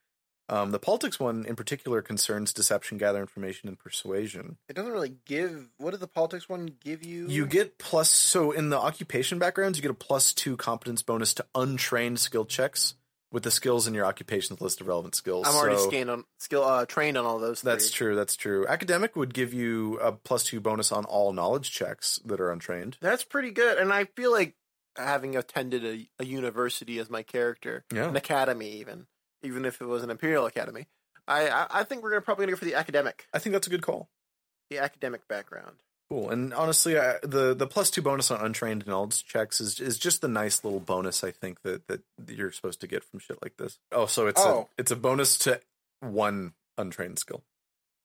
Speaker 3: Um, the politics one in particular concerns deception, gather information, and persuasion.
Speaker 2: It doesn't really give. What did the politics one give you?
Speaker 3: You get plus so in the occupation backgrounds, you get a plus two competence bonus to untrained skill checks with the skills in your occupation's list of relevant skills.
Speaker 2: I'm already
Speaker 3: So-
Speaker 2: scanned on skill uh, trained on all those.
Speaker 3: That's
Speaker 2: three.
Speaker 3: true. That's true. Academic would give you a plus two bonus on all knowledge checks that are untrained.
Speaker 2: That's pretty good, and I feel like having attended a, a university as my character,
Speaker 3: Yeah.
Speaker 2: an academy even, even if it was an imperial academy. I, I, I think we're gonna probably gonna go for the academic,
Speaker 3: I think that's a good call.
Speaker 2: the academic background.
Speaker 3: Cool. And honestly, I, the the plus two bonus on untrained and knowledge checks is is just the nice little bonus I think that that you're supposed to get from shit like this. Oh, so it's
Speaker 2: Oh.
Speaker 3: a it's a bonus to one untrained skill,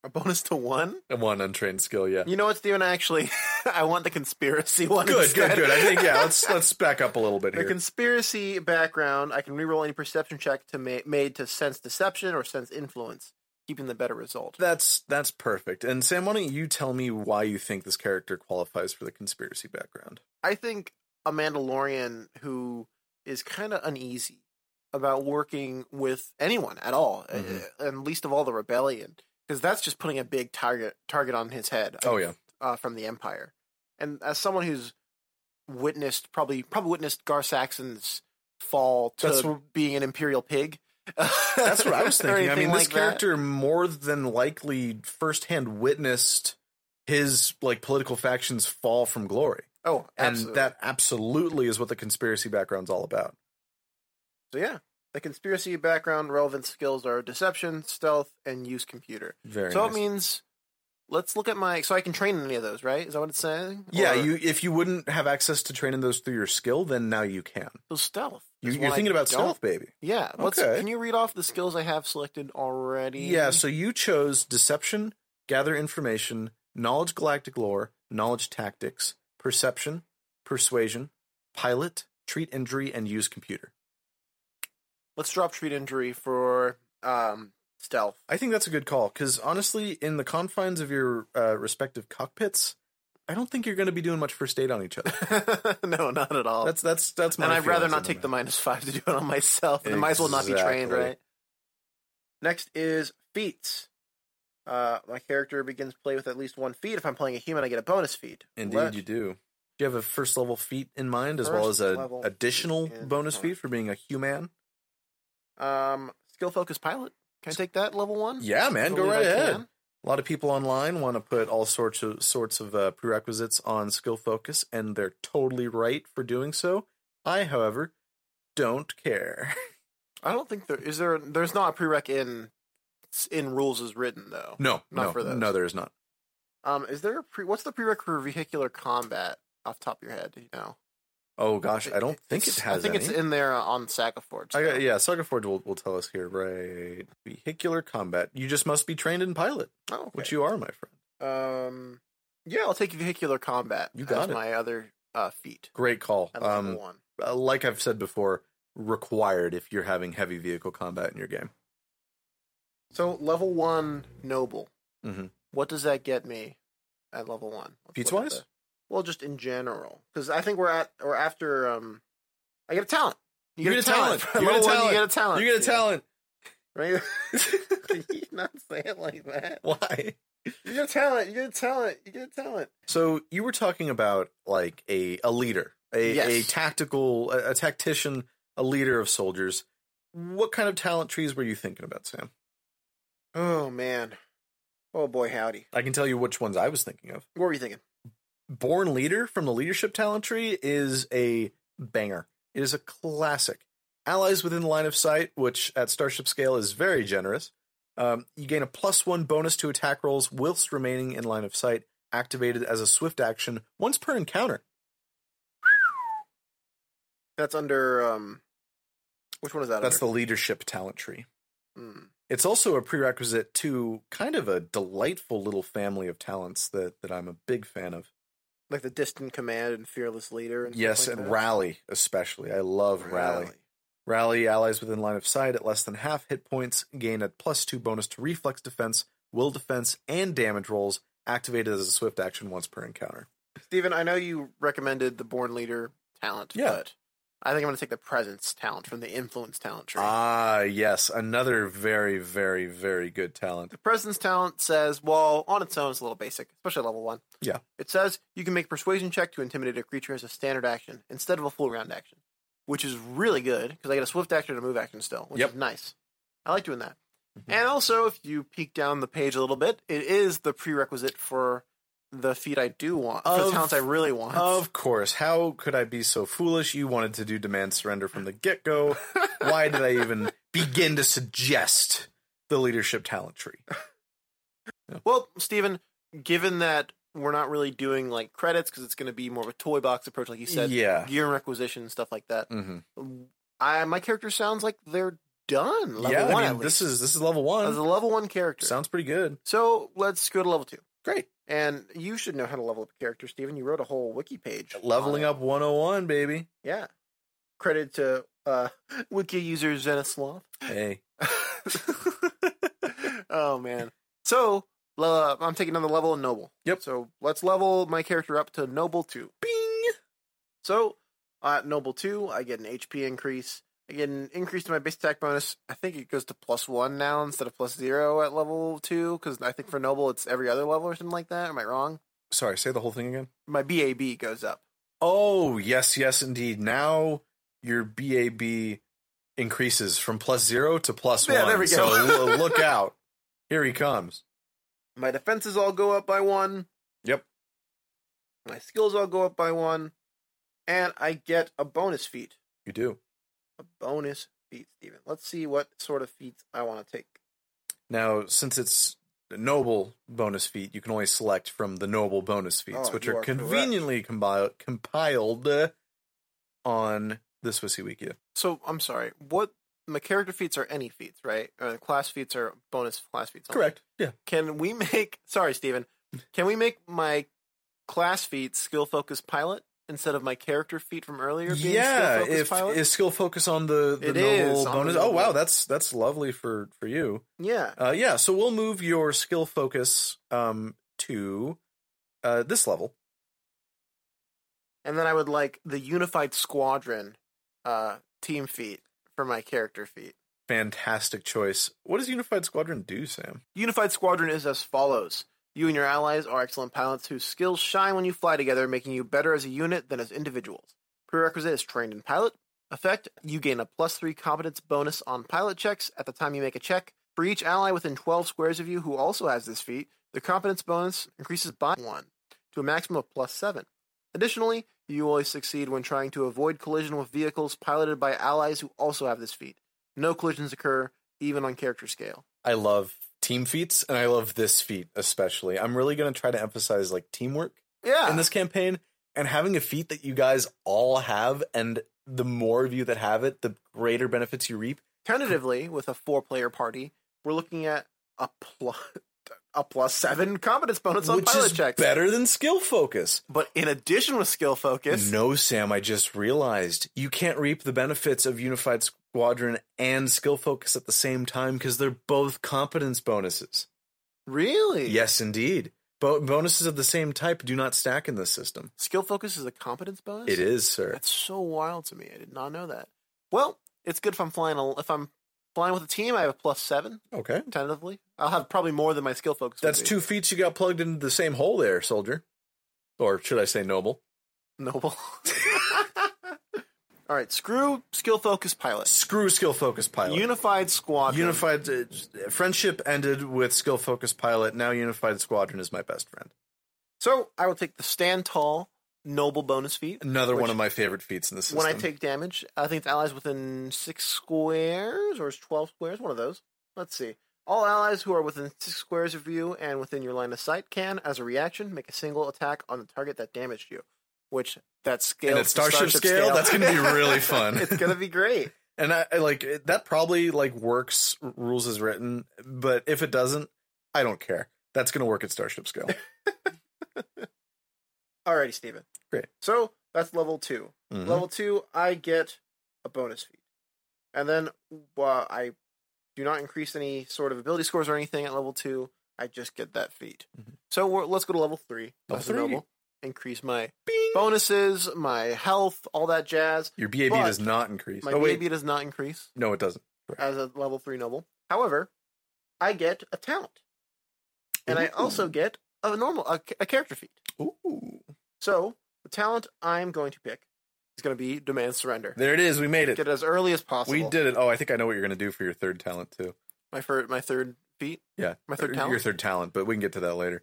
Speaker 2: A bonus to one.
Speaker 3: one untrained skill. Yeah.
Speaker 2: You know what, Steven? Actually, I want the conspiracy one.
Speaker 3: Good,
Speaker 2: instead.
Speaker 3: good, good. I think yeah. Let's let's back up a little bit
Speaker 2: the
Speaker 3: here.
Speaker 2: conspiracy background. I can reroll any perception check to ma- made to sense deception or sense influence, keeping the better result.
Speaker 3: that's that's perfect. And Sam, why don't you tell me why you think this character qualifies for the conspiracy background?
Speaker 2: I think a Mandalorian who is kind of uneasy about working with anyone at all, uh,
Speaker 3: Mhm.
Speaker 2: and least of all the rebellion, because that's just putting a big target target on his head.
Speaker 3: Oh yeah.
Speaker 2: uh, from the Empire. And as someone who's witnessed probably probably witnessed Gar Saxon's fall to
Speaker 3: That's what-
Speaker 2: being an imperial pig.
Speaker 3: That's what I was
Speaker 2: or
Speaker 3: thinking. I mean,
Speaker 2: anything
Speaker 3: this
Speaker 2: like that.
Speaker 3: character more than likely firsthand witnessed his like political factions fall from glory,
Speaker 2: Oh,
Speaker 3: and that absolutely is what the conspiracy background's all about.
Speaker 2: so yeah. The conspiracy background relevant skills are deception, stealth, and use computer.
Speaker 3: Very.
Speaker 2: so
Speaker 3: nice.
Speaker 2: it means let's look at my so I can train any of those, right? Is that what it's saying?
Speaker 3: yeah,
Speaker 2: Or-
Speaker 3: you if you wouldn't have access to training those through your skill, then now you can.
Speaker 2: so stealth.
Speaker 3: You,
Speaker 2: is
Speaker 3: you're
Speaker 2: one I
Speaker 3: thinking about
Speaker 2: don't-
Speaker 3: stealth, baby.
Speaker 2: Yeah. Let's,
Speaker 3: Okay.
Speaker 2: Can you read off the skills I have selected already?
Speaker 3: Yeah, so you chose deception, gather information, knowledge galactic lore, knowledge tactics, perception, persuasion, pilot, treat injury, and use computer.
Speaker 2: Let's drop treat injury for um, stealth.
Speaker 3: I think that's a good call because honestly, in the confines of your uh, respective cockpits, I don't think you're going to be doing much first aid on each other.
Speaker 2: no, not at all.
Speaker 3: That's that's that's my.
Speaker 2: and I'd rather
Speaker 3: feelings on
Speaker 2: not take
Speaker 3: that.
Speaker 2: the minus five to do it on myself. And I might as well not be trained,
Speaker 3: Exactly.
Speaker 2: right? Next is feats. Uh, my character begins play with at least one feat. If I'm playing a human, I get a bonus feat.
Speaker 3: Indeed,
Speaker 2: Let-
Speaker 3: you do. Do you have a first level feat in mind, as well as
Speaker 2: First
Speaker 3: a
Speaker 2: level
Speaker 3: additional
Speaker 2: feat in
Speaker 3: bonus
Speaker 2: mind.
Speaker 3: feat for being a human?
Speaker 2: Um, skill focused pilot. Can I take that level one?
Speaker 3: Yeah, man, go
Speaker 2: Believe
Speaker 3: right
Speaker 2: I
Speaker 3: ahead.
Speaker 2: can.
Speaker 3: A lot of people online want to put all sorts of sorts of uh, prerequisites on skill focus, and they're totally right for doing so. I, however, don't care.
Speaker 2: I don't think there is there. There's not a prereq in in rules as written though.
Speaker 3: No,
Speaker 2: Not
Speaker 3: no,
Speaker 2: for those.
Speaker 3: no, there is not.
Speaker 2: Um, is there a pre? What's the prereq for vehicular combat off the top of your head? do You know.
Speaker 3: Oh gosh, I don't think it
Speaker 2: It's-
Speaker 3: has.
Speaker 2: I think
Speaker 3: any.
Speaker 2: it's in there on Sagafords.
Speaker 3: I got, yeah, Saga Forge will, will tell us here, right? Vehicular combat. You just must be trained in pilot,
Speaker 2: Oh, okay.
Speaker 3: which you are, my friend.
Speaker 2: Um, yeah, I'll take vehicular combat.
Speaker 3: You got
Speaker 2: as
Speaker 3: it.
Speaker 2: my other uh, feat.
Speaker 3: Great call.
Speaker 2: At level
Speaker 3: Um,
Speaker 2: one.
Speaker 3: uh, like I've said before, required if you're having heavy vehicle combat in your game.
Speaker 2: So level one noble.
Speaker 3: Mhm.
Speaker 2: What does that get me at level one? Let's
Speaker 3: Feats
Speaker 2: look at
Speaker 3: wise?
Speaker 2: the- Well, just in general, because I think we're at or after. Um, I get a talent.
Speaker 3: You get a talent. You get a
Speaker 2: Level one,
Speaker 3: talent.
Speaker 2: You get a talent.
Speaker 3: You get a talent.
Speaker 2: Right? Can you not say it like that?
Speaker 3: Why?
Speaker 2: You get a talent. You get a talent. You get a talent.
Speaker 3: So you were talking about like a a leader, a,
Speaker 2: Yes.
Speaker 3: a tactical, a, a tactician, a leader of soldiers. What kind of talent trees were you thinking about, Sam?
Speaker 2: Oh man. Oh boy, howdy.
Speaker 3: I can tell you which ones I was thinking of.
Speaker 2: What were you thinking?
Speaker 3: Born Leader from the Leadership Talent Tree is a banger. It is a classic. Allies within line of sight, which at Starship scale is very generous. Um, you gain a plus one bonus to attack rolls whilst remaining in line of sight, activated as a swift action once per encounter.
Speaker 2: That's under um which one is that
Speaker 3: That's the
Speaker 2: under?
Speaker 3: Leadership Talent Tree.
Speaker 2: Mm.
Speaker 3: It's also a prerequisite to kind of a delightful little family of talents that, that I'm a big fan of.
Speaker 2: like the distant command and fearless leader and stuff
Speaker 3: Yes,
Speaker 2: like
Speaker 3: and
Speaker 2: that?
Speaker 3: Rally especially. I love Rally. Rally allies within line of sight at less than half hit points gain a plus two bonus to reflex defense, will defense, and damage rolls, activated as a swift action once per encounter.
Speaker 2: Steven, I know you recommended the born leader talent,
Speaker 3: Yeah.
Speaker 2: but I think I'm gonna take the presence talent from the influence talent tree.
Speaker 3: Ah, yes, another very, very, very good talent.
Speaker 2: the presence talent says, well, on its own it's a little basic, especially at level one.
Speaker 3: Yeah.
Speaker 2: It says you can make a persuasion check to intimidate a creature as a standard action instead of a full round action. Which is really good because I get a swift action and a move action still, which
Speaker 3: Yep. Mm-hmm.
Speaker 2: is nice. I like doing that. And also, if you peek down the page a little bit, it is the prerequisite for the feat I do want, for the
Speaker 3: Of-
Speaker 2: talents I really want.
Speaker 3: Of course. How could I be so foolish? You wanted to do demand surrender from the get go. Why did I even begin to suggest the leadership talent tree?
Speaker 2: Well, Steven, given that we're not really doing like credits because it's going to be more of a toy box approach, like you said,
Speaker 3: yeah.
Speaker 2: gear and requisition stuff like that.
Speaker 3: hmm
Speaker 2: I my character sounds like they're done. Level
Speaker 3: yeah. I
Speaker 2: one,
Speaker 3: mean,
Speaker 2: at
Speaker 3: this
Speaker 2: least.
Speaker 3: is this is level
Speaker 2: as a
Speaker 3: one.
Speaker 2: level one character.
Speaker 3: Sounds pretty good.
Speaker 2: so let's go to level two,
Speaker 3: Great.
Speaker 2: and you should know how to level up a character, Steven. You wrote a whole wiki page.
Speaker 3: Leveling
Speaker 2: on it.
Speaker 3: up 101, baby.
Speaker 2: yeah. Credit to uh, wiki user Zenislav.
Speaker 3: Hey.
Speaker 2: oh man. So uh, I'm taking on the level of noble.
Speaker 3: Yep.
Speaker 2: So let's level my character up to noble two.
Speaker 3: Bing.
Speaker 2: So at noble two, I get an HP increase. I get an increase to my base attack bonus. I think it goes to plus one now instead of plus zero at level two because I think for noble it's every other level or something like that. Am I wrong?
Speaker 3: Sorry, say the whole thing again.
Speaker 2: My BAB goes up.
Speaker 3: Oh, yes, yes, indeed. Now your BAB increases from plus zero to plus
Speaker 2: Yeah,
Speaker 3: one.
Speaker 2: there we go.
Speaker 3: So lo- look out. Here he comes.
Speaker 2: My defenses all go up by one.
Speaker 3: Yep.
Speaker 2: My skills all go up by one, and I get a bonus feat.
Speaker 3: You do.
Speaker 2: a bonus feat, Steven. Let's see what sort of feats I want to take.
Speaker 3: Now, since it's the noble bonus feat, you can only select from the noble bonus feats,
Speaker 2: Oh,
Speaker 3: which
Speaker 2: you
Speaker 3: are,
Speaker 2: are correct.
Speaker 3: conveniently combi- compiled uh, on this Wissy Wiki.
Speaker 2: So I'm sorry. What my character feats are any feats, right? Or the class feats are bonus class feats. only.
Speaker 3: Correct. Yeah.
Speaker 2: Can we make? Sorry, Steven. Can we make my class feat skill focused pilot instead of my character feat from earlier? Being
Speaker 3: Yeah,
Speaker 2: skill focused
Speaker 3: if
Speaker 2: pilot?
Speaker 3: is skill focus on the, the
Speaker 2: It
Speaker 3: noble
Speaker 2: is on
Speaker 3: bonus.
Speaker 2: the
Speaker 3: Oh
Speaker 2: noble.
Speaker 3: wow, that's that's lovely for for you.
Speaker 2: yeah.
Speaker 3: Uh, yeah, so we'll move your skill focus um, to uh, this level.
Speaker 2: And then I would like the unified squadron uh, team feat for my character feat.
Speaker 3: Fantastic choice. What does Unified Squadron do, Sam?
Speaker 2: Unified Squadron is as follows. You and your allies are excellent pilots whose skills shine when you fly together, making you better as a unit than as individuals. Prerequisite is trained in pilot. Effect You gain a plus three competence bonus on pilot checks at the time you make a check. For each ally within 12 squares of you who also has this feat, the competence bonus increases by one to a maximum of plus seven. Additionally, you always succeed when trying to avoid collision with vehicles piloted by allies who also have this feat. No collisions occur, even on character scale.
Speaker 3: I love team feats, and I love this feat especially. I'm really going to try to emphasize like teamwork
Speaker 2: Yeah.
Speaker 3: in this campaign and having a feat that you guys all have, and the more of you that have it, the greater benefits you reap.
Speaker 2: tentatively with a four player party, we're looking at a plus a plus seven competence bonus on
Speaker 3: which
Speaker 2: pilot
Speaker 3: is
Speaker 2: checks.
Speaker 3: better than skill focus.
Speaker 2: But in addition with skill focus,
Speaker 3: No, Sam, I just realized you can't reap the benefits of Unified Squadron and Skill Focus at the same time because they're both competence bonuses.
Speaker 2: really,
Speaker 3: Yes, indeed. Bo- bonuses of the same type do not stack in this system.
Speaker 2: skill focus is a competence bonus.
Speaker 3: It is, sir.
Speaker 2: That's so wild to me. I did not know that. Well, it's good if I'm flying. A, if I'm flying with a team, I have a plus seven
Speaker 3: Okay.
Speaker 2: tentatively. I'll have probably more than my skill focus. would
Speaker 3: That's
Speaker 2: be.
Speaker 3: two feats you got plugged into the same hole there, soldier. Or should I say noble?
Speaker 2: noble. All right, screw skill focus pilot.
Speaker 3: Screw Skill Focus Pilot.
Speaker 2: Unified squad.
Speaker 3: Unified uh, friendship ended with Skill Focus Pilot. Now Unified Squadron is my best friend.
Speaker 2: So I will take the stand tall noble bonus feat.
Speaker 3: Another
Speaker 2: Which-
Speaker 3: one of my favorite feats in the system.
Speaker 2: When I take damage, I think it's allies within six squares or it's twelve squares, one of those. Let's see. All allies who are within six squares of you and within your line of sight can, as a reaction, make a single attack on the target that damaged you. Which that scale
Speaker 3: And at Starship scale, that's gonna be really fun.
Speaker 2: it's gonna be great.
Speaker 3: and I, I like it- that probably like works r- rules as written but if it doesn't i don't care that's gonna work at starship scale
Speaker 2: Alrighty, Steven.
Speaker 3: Great.
Speaker 2: So that's level two.
Speaker 3: Mhm.
Speaker 2: Level two, I get a bonus feat, and then uh, I do not increase any sort of ability scores or anything at level two. I just get that feat.
Speaker 3: Mhm.
Speaker 2: So we're, let's go to level three.
Speaker 3: Level
Speaker 2: That's a
Speaker 3: three.
Speaker 2: Increase my
Speaker 3: Bing!
Speaker 2: bonuses, my health, all that jazz.
Speaker 3: your bab
Speaker 2: But
Speaker 3: does not increase
Speaker 2: My
Speaker 3: oh wait
Speaker 2: baby does not increase
Speaker 3: no it doesn't
Speaker 2: as a level three noble. However, I get a talent, and I
Speaker 3: Ooh.
Speaker 2: also get a normal a, a character feat.
Speaker 3: Ooh.
Speaker 2: So the talent I'm going to pick is going to be demand surrender.
Speaker 3: there it is we made
Speaker 2: Get
Speaker 3: it
Speaker 2: it as early as possible.
Speaker 3: we did it oh i think i know what you're gonna do for your third talent too
Speaker 2: my first, my third feat.
Speaker 3: yeah
Speaker 2: My third
Speaker 3: Or
Speaker 2: talent?
Speaker 3: your third talent but we can get to that later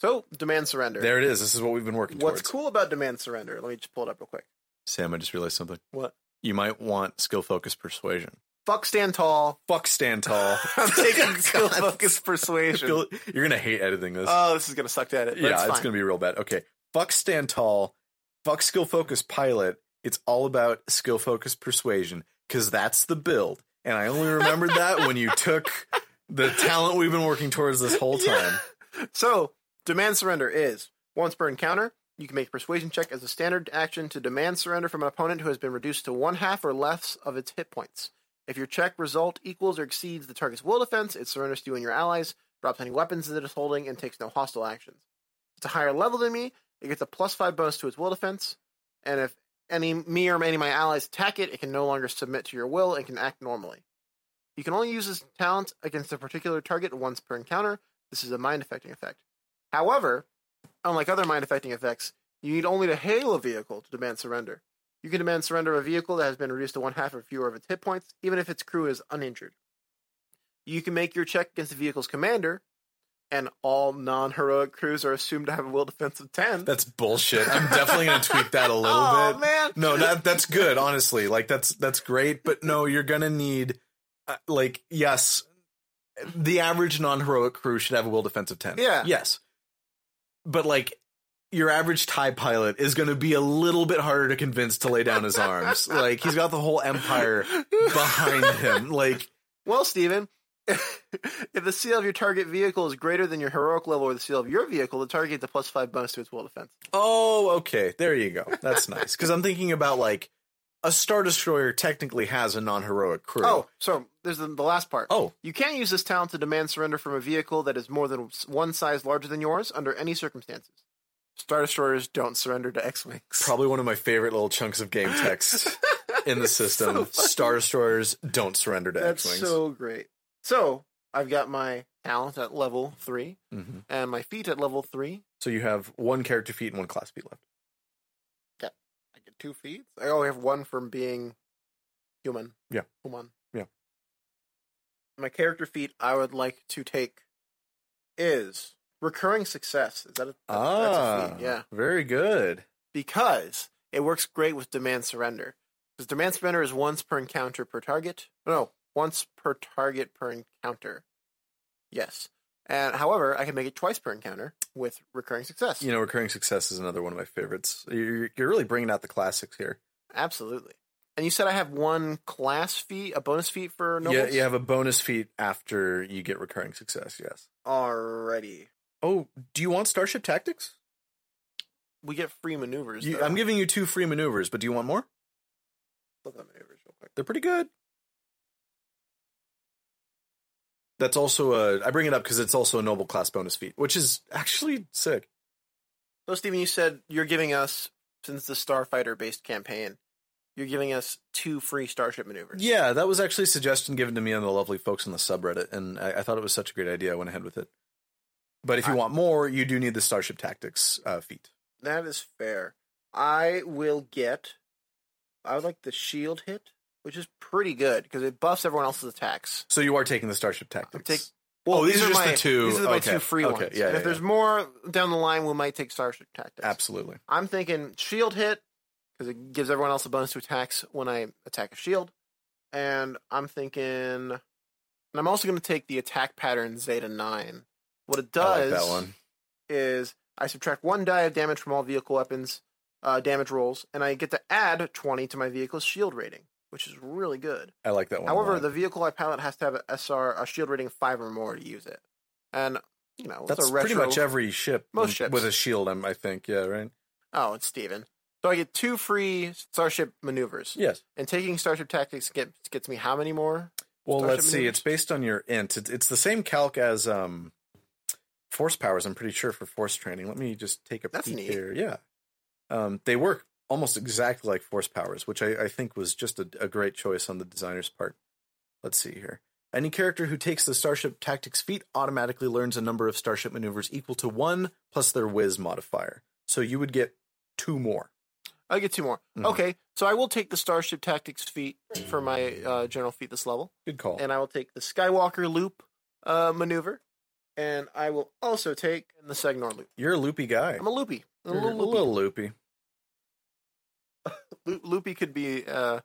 Speaker 2: So demand surrender.
Speaker 3: There it is. This is what we've been working
Speaker 2: What's
Speaker 3: towards.
Speaker 2: cool about demand surrender? Let me just pull it up real quick.
Speaker 3: Sam, I just realized something.
Speaker 2: What?
Speaker 3: You might want skill focus persuasion.
Speaker 2: Fuck stand tall.
Speaker 3: Fuck stand tall.
Speaker 2: I'm taking skill
Speaker 3: Oh, God.
Speaker 2: focus persuasion.
Speaker 3: You're gonna hate editing this.
Speaker 2: Oh, this is gonna suck to edit. But
Speaker 3: yeah,
Speaker 2: it's,
Speaker 3: it's, gonna be real bad. Okay, fuck stand tall. Fuck skill focus pilot. It's all about skill focus persuasion because that's the build. And I only remembered that when you took the talent we've been working towards this whole time.
Speaker 2: gonna. So demand surrender is once per encounter, you can make a persuasion check as a standard action to demand surrender from an opponent who has been reduced to one half or less of its hit points. If your check result equals or exceeds the target's will defense, it surrenders to you and your allies, drops any weapons that it's holding, and takes no hostile actions. It's a higher level than me. It gets a plus five bonus to its will defense, and if any me or any of my allies attack it, it can no longer submit to your will and can act normally. You can only use this talent against a particular target once per encounter. This is a mind affecting effect. However, unlike other mind affecting effects, you need only to hail a vehicle to demand surrender. You can demand surrender of a vehicle that has been reduced to one half or fewer of its hit points, even if its crew is uninjured. You can make your check against the vehicle's commander, and all non heroic crews are assumed to have a will defense of 10.
Speaker 3: That's bullshit. I'm definitely gonna tweak that a little
Speaker 2: Aw,
Speaker 3: bit.
Speaker 2: man.
Speaker 3: No, that that's good. Honestly, like that's that's great. But no, you're gonna need uh, like yes, the average non heroic crew should have a will defense of ten.
Speaker 2: Yeah.
Speaker 3: yes. But like your average tie pilot is gonna be a little bit harder to convince to lay down his arms. Like he's got the whole empire behind him. Like
Speaker 2: Well, Steven, if the seal of your target vehicle is greater than your heroic level or the seal of your vehicle, the target gets a plus five bonus to its will defense.
Speaker 3: oh, okay, there you go. That's nice because I'm thinking about like a star destroyer technically has a non heroic crew.
Speaker 2: Oh, so there's the, the last part.
Speaker 3: Oh,
Speaker 2: You can't use this talent to demand surrender from a vehicle that is more than one size larger than yours under any circumstances. Star Destroyers don't surrender to X-Wings.
Speaker 3: probably one of my favorite little chunks of game text in the system. Star Destroyers don't surrender to
Speaker 2: That's
Speaker 3: X-wings.
Speaker 2: so great. So, I've got my talent at level 3
Speaker 3: Mhm.
Speaker 2: and my feet at level 3.
Speaker 3: So you have one character feat and one class feat left.
Speaker 2: I get two feet. I only have one from being human.
Speaker 3: Yeah.
Speaker 2: Human.
Speaker 3: Yeah.
Speaker 2: My character feat I would like to take is recurring success. Is that a, that's a feat? Yeah.
Speaker 3: Ah, very good.
Speaker 2: because it works great with demand surrender. Because demand surrender is once per encounter per target. No, once per target per encounter. Yes. And however, I can make it twice per encounter with recurring success.
Speaker 3: You know, recurring success is another one of my favorites. You're, you're really bringing out the classics here.
Speaker 2: Absolutely. And you said I have one class fee, a bonus fee for
Speaker 3: Yeah,
Speaker 2: nobles.
Speaker 3: you have a bonus feat after you get recurring success. Yes.
Speaker 2: Alrighty.
Speaker 3: Oh, do you want Starship Tactics?
Speaker 2: We get free maneuvers.
Speaker 3: You,
Speaker 2: though.
Speaker 3: I'm giving you two free maneuvers, but do you want more?
Speaker 2: Look at maneuvers real quick.
Speaker 3: They're pretty good. That's also a. I bring it up because it's also a noble class bonus feat, which is actually sick.
Speaker 2: So, Steven, you said you're giving us, since the Starfighter based campaign, you're giving us two free starship maneuvers.
Speaker 3: Yeah, that was actually a suggestion given to me on the lovely folks on the subreddit, and I, I thought it was such a great idea. I went ahead with it. But if you
Speaker 2: I-
Speaker 3: want more, you do need the starship tactics uh, feat.
Speaker 2: That is fair. I will get. I would like the shield hit, which is pretty good because it buffs everyone else's attacks.
Speaker 3: So you are taking the starship tactics.
Speaker 2: take-
Speaker 3: Well, Oh, these, are, just
Speaker 2: my,
Speaker 3: the two.
Speaker 2: These are my
Speaker 3: okay,
Speaker 2: two free
Speaker 3: okay,
Speaker 2: ones.
Speaker 3: Yeah,
Speaker 2: and
Speaker 3: yeah,
Speaker 2: if there's
Speaker 3: yeah.
Speaker 2: more down the line, we might take Starship Tactics.
Speaker 3: absolutely.
Speaker 2: I'm thinking shield hit because it gives everyone else a bonus to attacks when I attack a shield, and I'm thinking, and I'm also going to take the attack pattern Zeta Nine. What it
Speaker 3: I like
Speaker 2: does
Speaker 3: that one.
Speaker 2: is I subtract one die of damage from all vehicle weapons uh, damage rolls, and I get to add 20 to my vehicle's shield rating, which is really good.
Speaker 3: I like that one. a
Speaker 2: However,
Speaker 3: lot.
Speaker 2: the vehicle I pilot has to have a SR a shield rating of five or more to use it, and you know
Speaker 3: that's
Speaker 2: it's a retro.
Speaker 3: pretty much every ship.
Speaker 2: Most
Speaker 3: in-
Speaker 2: ships.
Speaker 3: with a shield. I'm- I think. Yeah. Right.
Speaker 2: oh, it's Steven. So I get two free starship maneuvers,
Speaker 3: Yes.
Speaker 2: and taking starship tactics gets gets me how many more?
Speaker 3: Well,
Speaker 2: Starship
Speaker 3: let's see.
Speaker 2: maneuvers?
Speaker 3: It's based on your int. It's, it's the same calc as um, force powers. I'm pretty sure for force training. Let me just take a
Speaker 2: That's
Speaker 3: peek
Speaker 2: neat.
Speaker 3: here. Yeah, um, they work almost exactly like force powers, which I, I think was just a, a great choice on the designer's part. Let's see here. Any character who takes the starship tactics feat automatically learns a number of starship maneuvers equal to one plus their whiz modifier. So you would get two more.
Speaker 2: I get two more.
Speaker 3: Mhm.
Speaker 2: Okay, so I will take the starship tactics feat for my uh, general feat this level.
Speaker 3: Good call.
Speaker 2: and I will take the Skywalker Loop uh, maneuver, and I will also take the Segnor loop.
Speaker 3: You're a loopy guy.
Speaker 2: I'm a loopy. A
Speaker 3: You're
Speaker 2: little loopy.
Speaker 3: loopy.
Speaker 2: Lo- loopy could be uh,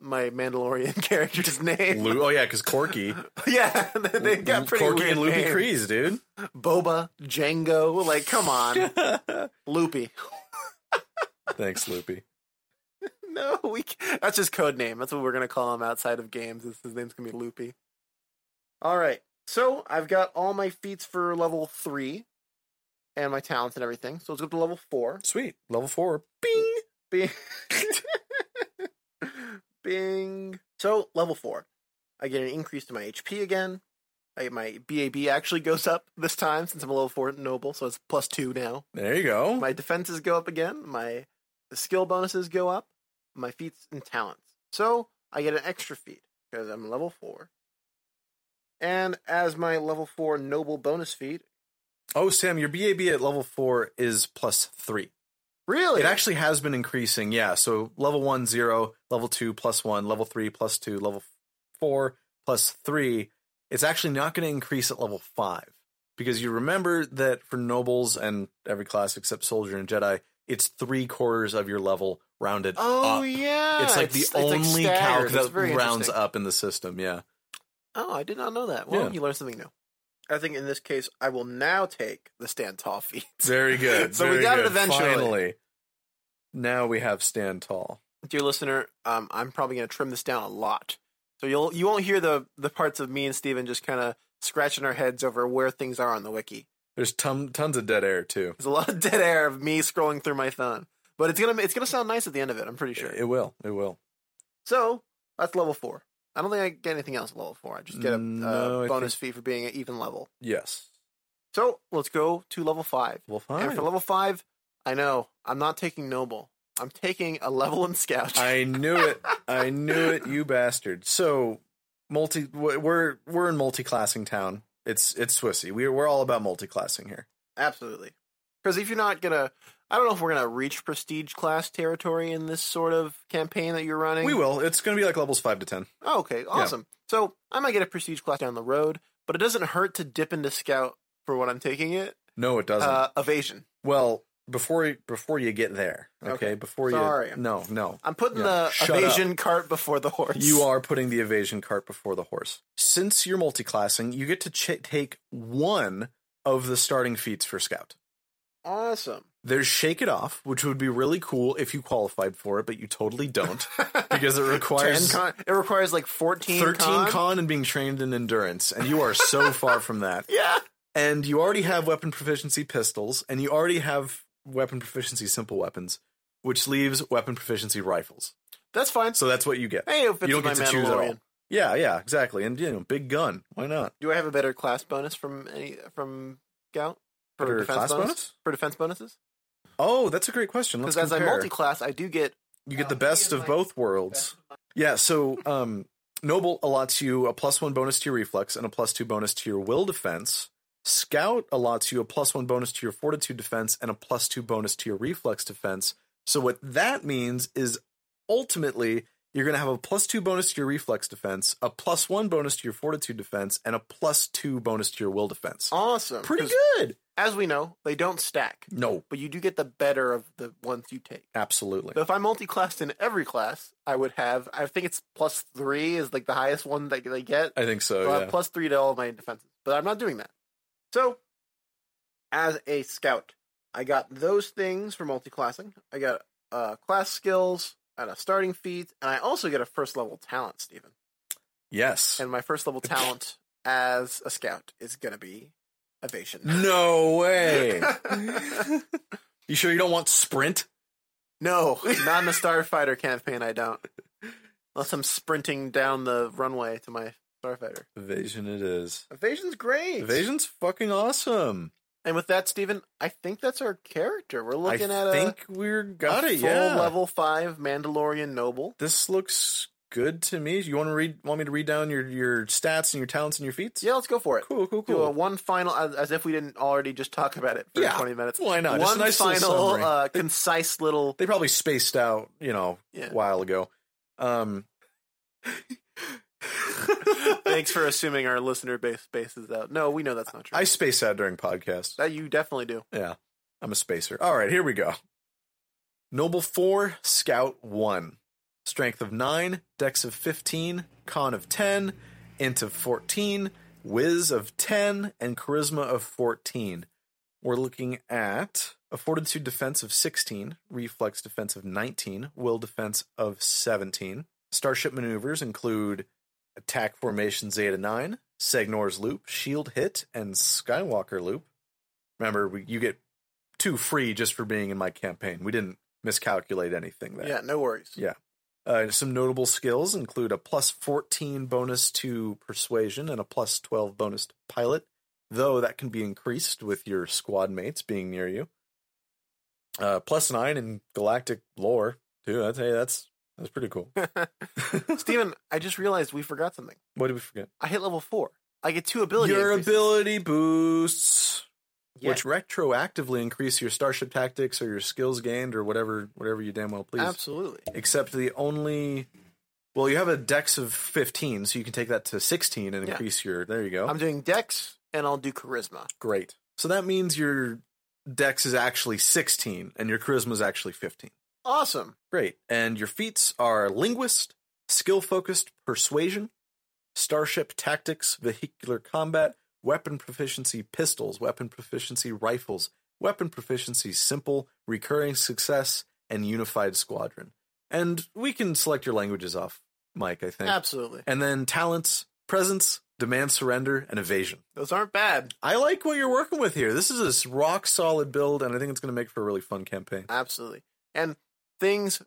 Speaker 2: my Mandalorian character's name.
Speaker 3: Loo- oh yeah, because Corky,
Speaker 2: yeah, they got pretty
Speaker 3: Corky
Speaker 2: weird
Speaker 3: and Loopy
Speaker 2: names.
Speaker 3: Crees, dude.
Speaker 2: Boba, Django, like come on, Loopy.
Speaker 3: Thanks, Loopy.
Speaker 2: No, we. c- That's his code name. That's what we're gonna call him outside of games. Is his name's gonna be Loopy. All right. So I've got all my feats for level three, and my talents and everything. So let's go up to level four.
Speaker 3: Sweet, level four. Bing.
Speaker 2: Bing. Bing. So level four, I get an increase to my HP again. I, my BAB actually goes up this time since I'm a level four noble, so it's plus two now.
Speaker 3: There you go.
Speaker 2: My defenses go up again. My skill bonuses go up. My feats and talents. So I get an extra feat because I'm level four. And as my level four noble bonus feat,
Speaker 3: oh, Sam, your BAB at level four is plus three.
Speaker 2: really,
Speaker 3: It actually has been increasing. Yeah. So level one, zero. Level two, plus one. Level three, plus two. Level f- four, plus three. It's actually not going to increase at level five because you remember that for nobles and every class except soldier and Jedi, it's three quarters of your level rounded
Speaker 2: oh
Speaker 3: up.
Speaker 2: yeah,
Speaker 3: It's like the only calc
Speaker 2: staggered. It's
Speaker 3: that
Speaker 2: very
Speaker 3: rounds
Speaker 2: interesting.
Speaker 3: up in the system. Yeah.
Speaker 2: Oh, I did not know that. Well,
Speaker 3: Yeah.
Speaker 2: you learned something new. I think in this case, I will now take the stand tall feat.
Speaker 3: Very good.
Speaker 2: So we
Speaker 3: very
Speaker 2: got it
Speaker 3: good.
Speaker 2: eventually.
Speaker 3: Finally. Now we have stand tall.
Speaker 2: Dear listener, um, I'm probably going to trim this down a lot, so you'll you won't hear the the parts of me and Steven just kind of scratching our heads over where things are on the wiki.
Speaker 3: There's ton, tons of dead air too.
Speaker 2: There's a lot of dead air of me scrolling through my phone, but it's gonna it's gonna sound nice at the end of it. I'm pretty sure.
Speaker 3: It will. It will.
Speaker 2: so that's level four. I don't think I get anything else at level four. I just get a,
Speaker 3: No,
Speaker 2: uh
Speaker 3: I
Speaker 2: bonus fee for being an even level.
Speaker 3: Yes.
Speaker 2: So let's go to level five.
Speaker 3: Well,
Speaker 2: And
Speaker 3: fine.
Speaker 2: for level five, I know I'm not taking noble. I'm taking a level in scout.
Speaker 3: I knew it. I knew it. You bastard. So multi. w- We're we're in multi-classing town. It's it's Swissy. We're we're all about multi-classing here.
Speaker 2: Absolutely, because if you're not gonna, I don't know if we're gonna reach prestige class territory in this sort of campaign that you're running.
Speaker 3: We will. It's going to be like levels five to ten.
Speaker 2: Oh, okay, awesome. So I might get a prestige class down the road, but it doesn't hurt to dip into scout for when I'm taking it.
Speaker 3: No, it doesn't.
Speaker 2: Uh, evasion.
Speaker 3: well, before y- before you get there, okay.
Speaker 2: Okay.
Speaker 3: Before
Speaker 2: Sorry.
Speaker 3: you. No, no.
Speaker 2: I'm putting
Speaker 3: Yeah,
Speaker 2: the
Speaker 3: shut up.
Speaker 2: evasion cart before the horse.
Speaker 3: You are putting the evasion cart before the horse. Since you're multi-classing, you get to ch- take one of the starting feats for scout.
Speaker 2: awesome.
Speaker 3: There's Shake It Off, which would be really cool if you qualified for it, but you totally don't because it
Speaker 2: Ten
Speaker 3: requires
Speaker 2: con- it requires like 14
Speaker 3: 13
Speaker 2: con.
Speaker 3: con? and being trained in endurance, and you are so far from that.
Speaker 2: yeah.
Speaker 3: And you already have weapon proficiency pistols, and you already have weapon proficiency simple weapons, which leaves weapon proficiency rifles.
Speaker 2: That's fine.
Speaker 3: So that's what you get.
Speaker 2: Hey, if it's
Speaker 3: You don't
Speaker 2: my
Speaker 3: get to choose at
Speaker 2: Mandalorian.
Speaker 3: all. Yeah, yeah, exactly. And you know, big gun. Why not?
Speaker 2: Do I have a better class bonus from any from Scout for
Speaker 3: Better
Speaker 2: defense
Speaker 3: class
Speaker 2: bonus?
Speaker 3: bonus?
Speaker 2: for defense bonuses?
Speaker 3: Oh, that's a great question. Let's
Speaker 2: Because as I
Speaker 3: compare.
Speaker 2: multi-class, I do get
Speaker 3: Um, you get the best of both worlds. Yeah, so um Noble allots you a plus one bonus to your reflex and a plus two bonus to your will defense. Scout allots you a plus one bonus to your fortitude defense and a plus two bonus to your reflex defense. So what that means is ultimately you're gonna have a plus two bonus to your reflex defense, a plus one bonus to your fortitude defense, and a plus two bonus to your will defense.
Speaker 2: awesome.
Speaker 3: Pretty
Speaker 2: 'Cause
Speaker 3: good.
Speaker 2: As we know, they don't stack,
Speaker 3: No,
Speaker 2: but you do get the better of the ones you take.
Speaker 3: absolutely.
Speaker 2: So if I multi-classed in every class, I would have. I think it's plus three is like the highest one that they get.
Speaker 3: I think so.
Speaker 2: So I have
Speaker 3: Oh, yeah.
Speaker 2: plus three to all of my defenses, but I'm not doing that. So, as a scout, I got those things for multi-classing. I got uh, class skills and a starting feat, and I also get a first level talent, Stephen.
Speaker 3: yes.
Speaker 2: And my first level talent as a scout is gonna be evasion.
Speaker 3: No way. you sure you don't want sprint?
Speaker 2: no, not in the starfighter campaign. I don't, unless I'm sprinting down the runway to my starfighter.
Speaker 3: Evasion it is.
Speaker 2: Evasion's great.
Speaker 3: Evasion's fucking awesome.
Speaker 2: And with that, Steven, I think that's our character. We're looking
Speaker 3: I
Speaker 2: at a,
Speaker 3: think we're got
Speaker 2: a
Speaker 3: it.
Speaker 2: full
Speaker 3: Yeah.
Speaker 2: level five Mandalorian noble.
Speaker 3: This looks good to me. You want to read? Want me to read down your your stats and your talents and your feats?
Speaker 2: Yeah, let's go for it.
Speaker 3: Cool. Cool.
Speaker 2: Do a
Speaker 3: Cool.
Speaker 2: one final, as, as if we didn't already just talk about it for
Speaker 3: Yeah.
Speaker 2: twenty minutes.
Speaker 3: Why not?
Speaker 2: One
Speaker 3: Just a nice little
Speaker 2: final,
Speaker 3: summary.
Speaker 2: uh, concise little.
Speaker 3: They probably spaced out, you know,
Speaker 2: Yeah.
Speaker 3: a while ago. Um,
Speaker 2: Thanks for assuming our listener base bases out. No, we know that's not true.
Speaker 3: I space out during podcasts.
Speaker 2: that you definitely do.
Speaker 3: Yeah, I'm a spacer. All right, here we go. Noble 4, Scout 1. Strength of 9, Dex of 15, Con of 10, Int of 14, Wiz of 10, and Charisma of 14. We're looking at a Fortitude defense of 16, Reflex defense of 19, Will defense of 17. Starship maneuvers include Attack Formation Zeta 9, Segnor's Loop, Shield Hit, and Skywalker Loop. Remember, we, you get two free just for being in my campaign. We didn't miscalculate anything there.
Speaker 2: Yeah, no worries.
Speaker 3: Yeah. Uh, some notable skills include a plus 14 bonus to persuasion and a plus 12 bonus to pilot, though that can be increased with your squad mates being near you. Uh, plus 9 in galactic lore, too. I'd say that's, that's pretty cool.
Speaker 2: Steven, I just realized we forgot something.
Speaker 3: What did we forget?
Speaker 2: I hit level four. I get two ability.
Speaker 3: your
Speaker 2: increases.
Speaker 3: ability boosts
Speaker 2: Yeah.
Speaker 3: which retroactively increase your starship tactics or your skills gained or whatever whatever you damn well please
Speaker 2: Absolutely.
Speaker 3: except the only well you have a dex of 15 so you can take that to 16 and
Speaker 2: Yeah.
Speaker 3: increase your there you go
Speaker 2: I'm doing Dex, and I'll do Charisma.
Speaker 3: great so that means your dex is actually 16 and your charisma is actually 15
Speaker 2: Awesome.
Speaker 3: Great. And your feats are linguist, skill focused persuasion, starship tactics, vehicular combat, weapon proficiency pistols, weapon proficiency rifles, weapon proficiency simple, recurring success, and unified squadron. And we can select your languages off, Mike, I think.
Speaker 2: Absolutely.
Speaker 3: And then talents, presence, demand surrender, and evasion.
Speaker 2: Those aren't bad.
Speaker 3: I like what you're working with here. This is a rock solid build, and I think it's going to make for a really fun campaign.
Speaker 2: Absolutely. And things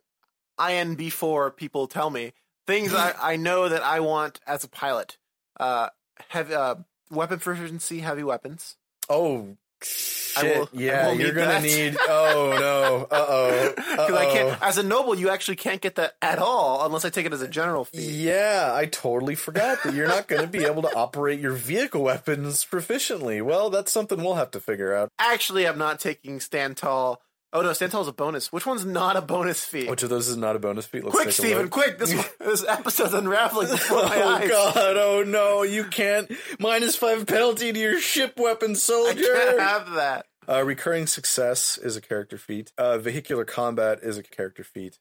Speaker 2: INB4 people tell me, things I, I know that I want as a pilot. Uh, heavy, uh, weapon proficiency, heavy weapons.
Speaker 3: Oh, shit.
Speaker 2: will- I
Speaker 3: yeah,
Speaker 2: will
Speaker 3: you're
Speaker 2: need
Speaker 3: gonna
Speaker 2: that.
Speaker 3: need. Oh no. Uh oh.
Speaker 2: Because I can't, as a noble, you actually can't get that at all unless I take it as a general feat.
Speaker 3: Yeah, I totally forgot that you're not going to be able to operate your vehicle weapons proficiently. Well, that's something we'll have to figure out.
Speaker 2: Actually, I'm not taking stand tall. Oh no, stand tall is a bonus. Which one's not a bonus feat?
Speaker 3: Which of those is not a bonus feat? Let's
Speaker 2: quick,
Speaker 3: take a
Speaker 2: Steven,
Speaker 3: look.
Speaker 2: quick! This this episode's unraveling before my
Speaker 3: Oh
Speaker 2: eyes.
Speaker 3: god, oh no, you can't. Minus five penalty to your ship weapon,
Speaker 2: I
Speaker 3: soldier.
Speaker 2: can't have that.
Speaker 3: Uh, recurring success is a character feat. Uh, vehicular combat is a character feat.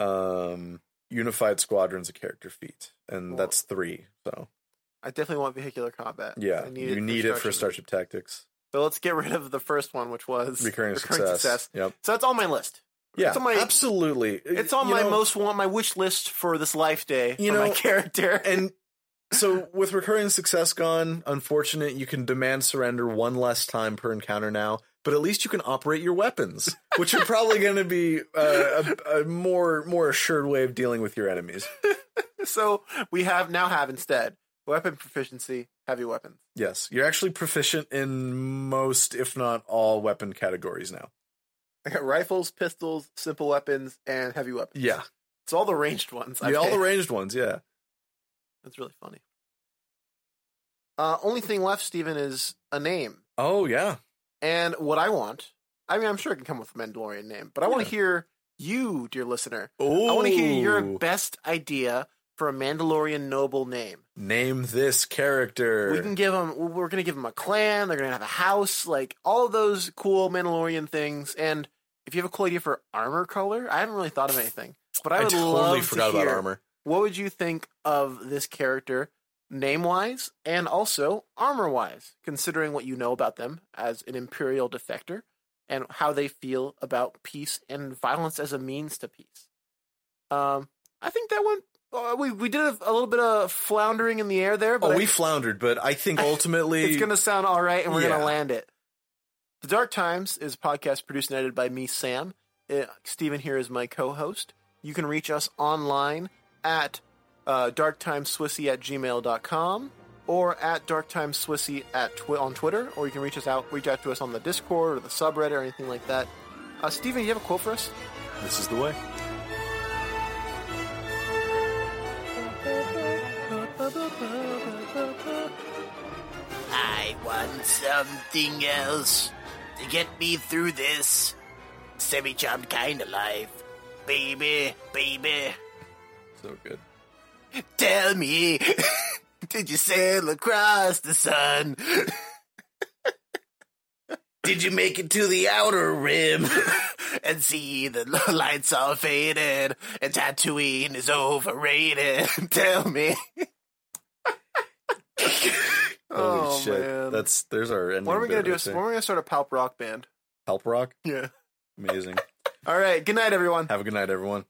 Speaker 3: Um, unified squadron's a character feat, and
Speaker 2: Cool.
Speaker 3: that's three. So
Speaker 2: I definitely want vehicular combat.
Speaker 3: yeah,
Speaker 2: I
Speaker 3: you need it for
Speaker 2: construction.
Speaker 3: Starship Tactics.
Speaker 2: So let's get rid of the first one, which was
Speaker 3: Recurring, success. Yep.
Speaker 2: So that's on my list.
Speaker 3: Yeah.
Speaker 2: It's on my-
Speaker 3: absolutely.
Speaker 2: It's on
Speaker 3: You
Speaker 2: my
Speaker 3: know,
Speaker 2: most want my wish list for this life day
Speaker 3: You
Speaker 2: for my
Speaker 3: know,
Speaker 2: character.
Speaker 3: and. So with recurring success gone, unfortunate, you can demand surrender one less time per encounter now, but at least you can operate your weapons, which are probably going to be uh, a, a more more assured way of dealing with your enemies.
Speaker 2: so we have now have instead weapon proficiency, heavy weapons.
Speaker 3: Yes, you're actually proficient in most, if not all, weapon categories now.
Speaker 2: I got rifles, pistols, simple weapons, and heavy weapons.
Speaker 3: Yeah,
Speaker 2: It's all the ranged ones.
Speaker 3: yeah all the
Speaker 2: picked.
Speaker 3: ranged ones. Yeah,
Speaker 2: That's really funny. Uh, only thing left, Steven, is a name.
Speaker 3: oh yeah,
Speaker 2: And what I want, I mean, I'm sure it can come with a Mandalorian name, but I want
Speaker 3: Yeah.
Speaker 2: to hear you, dear listener.
Speaker 3: oh,
Speaker 2: I want to hear your best idea for a Mandalorian noble name.
Speaker 3: name this character.
Speaker 2: We can give them. We're going to give them a clan. They're going to have a house, like all of those cool Mandalorian things. And if you have a cool idea for armor color, I haven't really thought of anything. But I
Speaker 3: I
Speaker 2: would
Speaker 3: totally
Speaker 2: love
Speaker 3: forgot
Speaker 2: to
Speaker 3: about
Speaker 2: hear
Speaker 3: armor.
Speaker 2: what would you think of this character, name wise, and also armor wise, considering what you know about them as an Imperial defector and how they feel about peace and violence as a means to peace. Um, I think that went. Uh, we we did a, a little bit of floundering in the air there, but
Speaker 3: Oh,
Speaker 2: I-
Speaker 3: we floundered, but I think ultimately
Speaker 2: it's going to sound all right, and we're going
Speaker 3: Yeah.
Speaker 2: to land it. The Dark Times is a podcast produced and edited by me, Sam. Uh, Steven here is my co-host. You can reach us online at uh, darktimeswissy at gmail.com or at darktimeswissy at twi- on Twitter, or you can reach us out, reach out to us on the Discord or the subreddit or anything like that. Uh, Steven, you have a quote for us?
Speaker 3: This is the way.
Speaker 5: I want something else to get me through this semi charmed kind of life. Baby, baby,
Speaker 3: So good.
Speaker 5: tell me Did you sail across the sun? Did you make it to the outer rim and see the l- lights all faded and Tatooine is overrated? Tell me.
Speaker 3: Holy
Speaker 2: oh
Speaker 3: shit.
Speaker 2: man,
Speaker 3: That's there's our ending.
Speaker 2: when are we gonna
Speaker 3: bit
Speaker 2: do?
Speaker 3: right
Speaker 2: A,
Speaker 3: there.
Speaker 2: when are we gonna start a palp rock band?
Speaker 3: Help rock?
Speaker 2: Yeah.
Speaker 3: Amazing.
Speaker 2: All right. Good night, everyone.
Speaker 3: Have a good night, everyone.